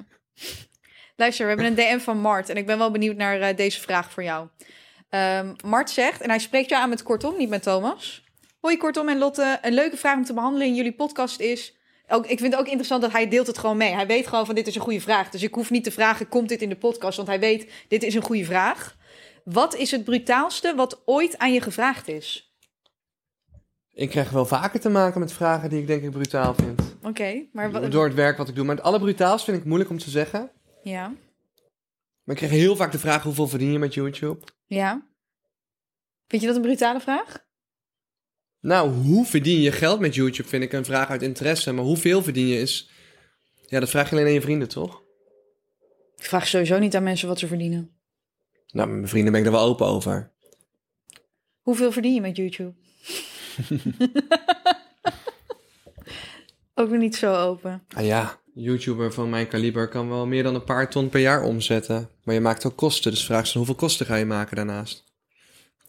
Speaker 4: Luister, we hebben een DM van Mart. En ik ben wel benieuwd naar eh, deze vraag voor jou. Ehm, Mart zegt, en hij spreekt jou aan met Kortom, niet met Thomas. Hoi Kortom en Lotte. Een leuke vraag om te behandelen in jullie podcast is... Ook, ik vind het ook interessant dat hij deelt het gewoon mee. Hij weet gewoon van dit is een goede vraag. Dus ik hoef niet te vragen, komt dit in de podcast? Want hij weet, dit is een goede vraag. Wat is het brutaalste wat ooit aan je gevraagd is?
Speaker 3: Ik krijg wel vaker te maken met vragen die ik denk ik brutaal vind.
Speaker 4: Oké, maar wat...
Speaker 3: Door het werk wat ik doe. Maar het allerbrutaalst vind ik moeilijk om te zeggen.
Speaker 4: Ja,
Speaker 3: Maar ik krijg heel vaak de vraag hoeveel verdien je met YouTube?
Speaker 4: ja. Vind je dat een brutale vraag?
Speaker 3: Nou, hoe verdien je geld met YouTube vind ik een vraag uit interesse. Maar hoeveel verdien je is... Ja, dat vraag je alleen aan je vrienden, toch?
Speaker 4: Ik vraag sowieso niet aan mensen wat ze verdienen.
Speaker 3: Nou, met mijn vrienden ben ik daar wel open over.
Speaker 4: Hoeveel verdien je met YouTube? Ook weer niet zo open.
Speaker 3: Ah ja, een YouTuber van mijn kaliber kan wel meer dan een paar ton per jaar omzetten. Maar je maakt ook kosten, dus de vraag is dan hoeveel kosten ga je maken daarnaast?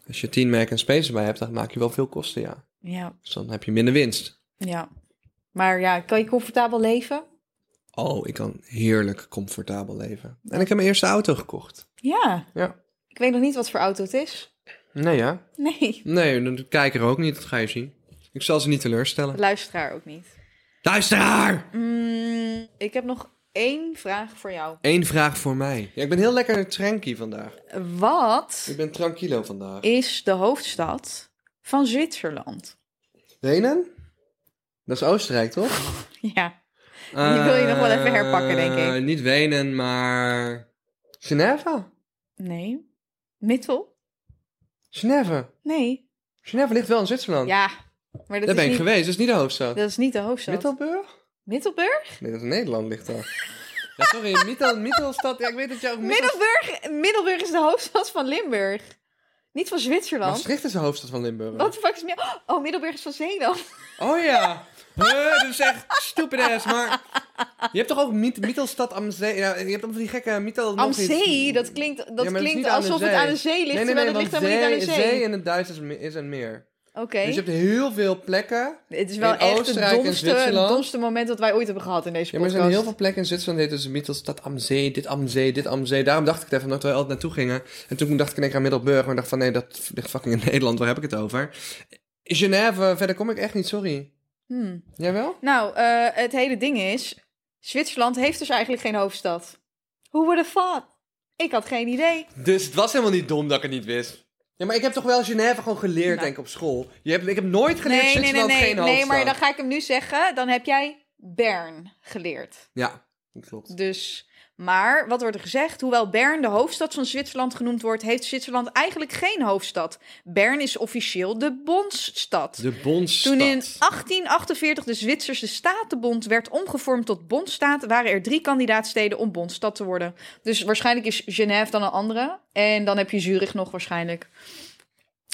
Speaker 3: Als je 10 merken en space bij hebt, dan maak je wel veel kosten, ja.
Speaker 4: Ja,
Speaker 3: Dus dan heb je minder winst.
Speaker 4: ja. Maar ja, kan je comfortabel leven?
Speaker 3: Oh, ik kan heerlijk comfortabel leven. En ik heb mijn eerste auto gekocht.
Speaker 4: Ja.
Speaker 3: Ja.
Speaker 4: Ik weet nog niet wat voor auto het is.
Speaker 3: Nee, ja?
Speaker 4: Nee.
Speaker 3: Nee, de kijker ook niet, dat ga je zien. Ik zal ze niet teleurstellen.
Speaker 4: Luisteraar ook niet.
Speaker 3: Luisteraar!
Speaker 4: Mm, ik heb nog één vraag voor jou.
Speaker 3: Eén vraag voor mij. Ja, ik ben heel lekker tranky vandaag.
Speaker 4: Wat
Speaker 3: Ik ben tranquilo vandaag.
Speaker 4: is de hoofdstad van Zwitserland?
Speaker 3: Wenen? Dat is Oostenrijk, toch?
Speaker 4: Ja. Die wil je nog wel even
Speaker 3: Eh,
Speaker 4: herpakken, denk ik.
Speaker 3: Niet Wenen, maar... Genève?
Speaker 4: Nee. Mittel?
Speaker 3: Genève.
Speaker 4: Nee.
Speaker 3: Genève ligt wel in Zwitserland.
Speaker 4: Ja. Maar dat
Speaker 3: Daar
Speaker 4: is
Speaker 3: ben ik
Speaker 4: niet,
Speaker 3: geweest, dat is niet de hoofdstad.
Speaker 4: Dat is niet de hoofdstad.
Speaker 3: Middelburg?
Speaker 4: Middelburg?
Speaker 3: Nee, dat is Nederland ligt daar. ja, sorry, Mittel, Middelstad. Ja, ik weet dat je ook... Mittel-
Speaker 4: Middelburg, Middelburg is de hoofdstad van Limburg. Niet van Zwitserland.
Speaker 3: Maastricht is de hoofdstad van Limburg.
Speaker 4: Wat de fuck is Mid- Oh, Middelburg is van Zeeland.
Speaker 3: Oh ja. Huh, dat is echt stupid ass, maar... Je hebt toch ook Miet- Mittelstad am Zee? Ja, je hebt dan van die gekke Mittel... nog
Speaker 4: Aan
Speaker 3: iets.
Speaker 4: zee, dat klinkt, dat
Speaker 3: Ja, maar is
Speaker 4: klinkt
Speaker 3: niet aan de
Speaker 4: alsof het
Speaker 3: zee.
Speaker 4: aan de zee ligt,
Speaker 3: nee, nee,
Speaker 4: terwijl
Speaker 3: nee,
Speaker 4: het ligt
Speaker 3: want
Speaker 4: helemaal niet aan de
Speaker 3: zee,
Speaker 4: zee.
Speaker 3: zee in het Duits is, me- is een meer.
Speaker 4: Oké.
Speaker 3: Dus je hebt heel veel plekken.
Speaker 4: Het is
Speaker 3: in
Speaker 4: wel echt
Speaker 3: Oostenrijk
Speaker 4: het
Speaker 3: en
Speaker 4: domste, het
Speaker 3: Zwitserland.
Speaker 4: domste moment dat wij ooit hebben gehad in deze
Speaker 3: Ja, maar er
Speaker 4: podcast.
Speaker 3: zijn heel veel plekken in Zwitserland. Het heet dus Mittelstad am Zee, dit am Zee, dit am Zee. Daarom dacht ik het even, omdat wij altijd naartoe gingen. En toen dacht ik in één keer aan Middelburg. Maar ik dacht van, nee, dat ligt fucking in Nederland. Waar heb ik het over? Genève, eh, verder kom ik echt niet, sorry.
Speaker 4: Hmm.
Speaker 3: Jij wel?
Speaker 4: Nou, eh, het hele ding is, Zwitserland heeft dus eigenlijk geen hoofdstad. Hoe would have thought? Ik had geen idee.
Speaker 3: Dus het was helemaal niet dom dat ik het niet wist. Ja, maar ik heb toch wel Genève gewoon geleerd,
Speaker 4: Nou.
Speaker 3: denk ik, op school. Je hebt, ik heb nooit geleerd
Speaker 4: nee, nee, nee,
Speaker 3: Zwitserland
Speaker 4: nee,
Speaker 3: geen
Speaker 4: nee,
Speaker 3: hoofdstad.
Speaker 4: maar dan ga ik hem nu zeggen. Dan heb jij Bern geleerd.
Speaker 3: Ja, dat klopt.
Speaker 4: Dus, maar wat wordt er gezegd? Hoewel Bern de hoofdstad van Zwitserland genoemd wordt, heeft Zwitserland eigenlijk geen hoofdstad. Bern is officieel de bondsstad.
Speaker 3: De Bonstad.
Speaker 4: Toen in 1848 de Zwitserse Statenbond werd omgevormd tot bondstaat, waren er drie kandidaatsteden om bondstad te worden. Dus waarschijnlijk is Genève dan een andere. En dan heb je Zurich nog waarschijnlijk.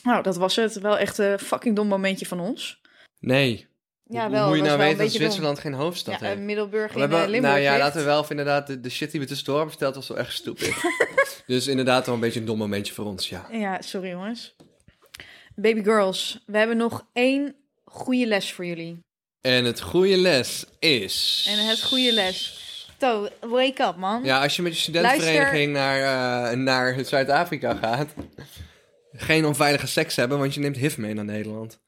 Speaker 4: Nou, dat was het. Wel echt een fucking dom momentje van ons.
Speaker 3: Nee.
Speaker 4: Ja,
Speaker 3: Hoe
Speaker 4: wel.
Speaker 3: moet je
Speaker 4: was
Speaker 3: nou
Speaker 4: wel
Speaker 3: weten
Speaker 4: een
Speaker 3: dat
Speaker 4: beetje dom.
Speaker 3: Zwitserland geen hoofdstad
Speaker 4: Ja,
Speaker 3: heeft?
Speaker 4: eh, Middelburg
Speaker 3: We
Speaker 4: en
Speaker 3: hebben-
Speaker 4: eh, Limburg.
Speaker 3: nou ja,
Speaker 4: ligt.
Speaker 3: laten we wel even inderdaad, de, de shit die we tussendoor hebben verteld was wel echt stupid. dus inderdaad wel een beetje een dom momentje voor ons, ja.
Speaker 4: Ja, sorry jongens. Baby girls, we hebben nog één goede les voor jullie.
Speaker 3: En het goede les is...
Speaker 4: En het goede les. To, wake up man.
Speaker 3: Ja, als je met je studentenvereniging naar, eh, naar Zuid-Afrika gaat, geen onveilige seks hebben, want je neemt HIV mee naar Nederland.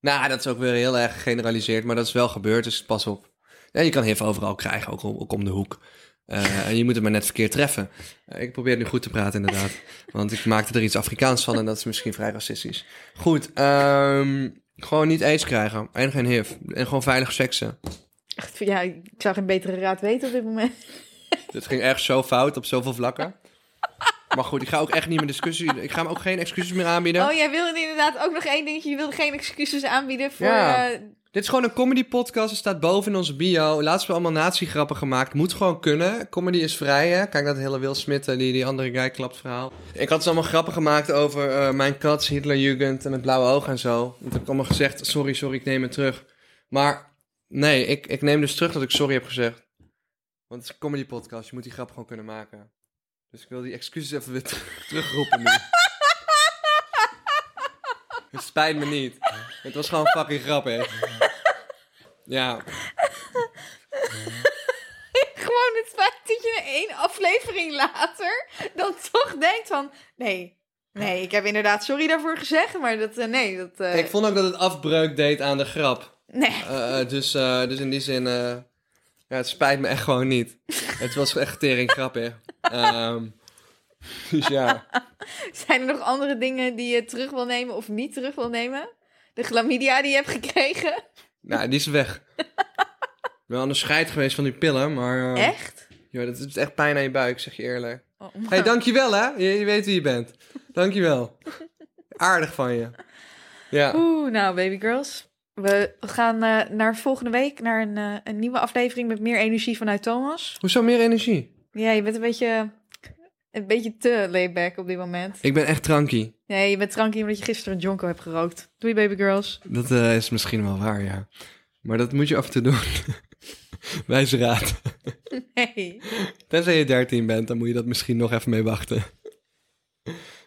Speaker 3: Nou, dat is ook weer heel erg gegeneraliseerd, maar dat is wel gebeurd, dus pas op. Ja, je kan HIV overal krijgen, ook, om- ook om de hoek. Eh, en je moet het maar net verkeerd treffen. Eh, ik probeer nu goed te praten, inderdaad. Want ik maakte er iets Afrikaans van en dat is misschien vrij racistisch. Goed, ehm, gewoon niet aids krijgen en geen HIV. En gewoon veilig seksen.
Speaker 4: Echt, ja, ik zou geen betere raad weten op dit moment.
Speaker 3: Dit ging echt zo fout op zoveel vlakken. Maar goed, ik ga ook echt niet meer discussie. Ik ga hem ook geen excuses meer aanbieden.
Speaker 4: Oh, jij wilde inderdaad ook nog één dingetje. Je wilde geen excuses aanbieden voor...
Speaker 3: Ja.
Speaker 4: eh,
Speaker 3: Dit is gewoon een comedy podcast. Het staat boven in onze bio. Laatst hebben we allemaal natiegrappen gemaakt. Moet gewoon kunnen. Comedy is vrij, hè? Kijk dat hele Will Smith, eh, die, die andere guy klapt verhaal. Ik had dus allemaal grappen gemaakt over eh, mijn kat, Hitlerjugend en het blauwe oog en zo. En toen heb ik allemaal gezegd, sorry, sorry, ik neem het terug. Maar nee, ik, ik neem dus terug dat ik sorry heb gezegd. Want het is een comedy podcast. Je moet die grap gewoon kunnen maken. Dus ik wil die excuses even weer ter- terugroepen nu. Het spijt me niet. Het was gewoon fucking grappig. Ja,
Speaker 4: gewoon het feit dat je één aflevering later dan toch denkt van... Nee, nee, ik heb inderdaad sorry daarvoor gezegd, maar dat... eh, nee, dat... eh,
Speaker 3: ik vond ook dat het afbreuk deed aan de grap.
Speaker 4: Nee.
Speaker 3: Eh, eh, dus, eh, dus in die zin, eh, ja, het spijt me echt gewoon niet. Het was echt tering grappig. Ehm, dus ja.
Speaker 4: Zijn er nog andere dingen die je terug wil nemen of niet terug wil nemen? De chlamydia die je hebt gekregen?
Speaker 3: Nou, die is weg. Wel aan de scheid geweest van die pillen, maar... eh,
Speaker 4: Echt?
Speaker 3: Ja, dat is echt pijn aan je buik, zeg je eerlijk.
Speaker 4: Oh,
Speaker 3: Hé, hey, dankjewel hè. Je, je weet wie je bent. Dankjewel. Aardig van je. Ja.
Speaker 4: Oeh, nou baby girls. We gaan eh, naar volgende week, naar een, eh, een nieuwe aflevering met meer energie vanuit Thomas.
Speaker 3: Hoezo meer energie?
Speaker 4: Ja, je bent een beetje, een beetje te laidback op dit moment.
Speaker 3: Ik ben echt tranky.
Speaker 4: Nee, je bent drank omdat je gisteren een jonko hebt gerookt. Doei baby girls.
Speaker 3: Dat eh, is misschien wel waar, ja. Maar dat moet je af en toe doen. Wijze raad.
Speaker 4: Hey.
Speaker 3: Tenzij je 13 bent, dan moet je dat misschien nog even mee wachten.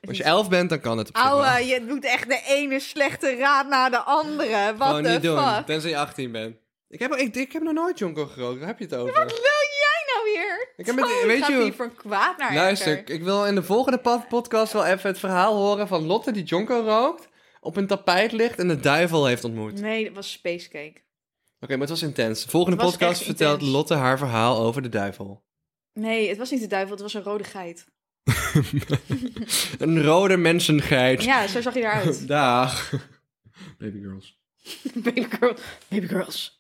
Speaker 3: Maar als je 11 bent, dan kan het op zich wel.
Speaker 4: Ouwe, eh, je doet echt de ene slechte raad na de andere. Wat
Speaker 3: Gewoon
Speaker 4: de
Speaker 3: niet doen,
Speaker 4: fuck?
Speaker 3: tenzij je 18 bent. Ik heb, ik, ik heb nog nooit jonko gerookt, waar heb je het over?
Speaker 4: Wil jij nou weer?
Speaker 3: Ik heb het-
Speaker 4: Zo
Speaker 3: weet
Speaker 4: gaat
Speaker 3: je hoe-
Speaker 4: die van kwaad naar erger.
Speaker 3: Luister, ik wil in de volgende pod- podcast wel even het verhaal horen van Lotte die jonko rookt, op een tapijt ligt en de duivel heeft ontmoet.
Speaker 4: Nee, dat was spacecake.
Speaker 3: maar het was intens. Volgende
Speaker 4: Het was
Speaker 3: podcast
Speaker 4: echt
Speaker 3: vertelt
Speaker 4: intens.
Speaker 3: Lotte haar verhaal over de duivel.
Speaker 4: Nee, het was niet de duivel, het was een rode geit.
Speaker 3: Een rode mensengeit.
Speaker 4: Ja, zo zag hij eruit.
Speaker 3: Dag. Baby girls.
Speaker 4: Baby, girl, baby girls.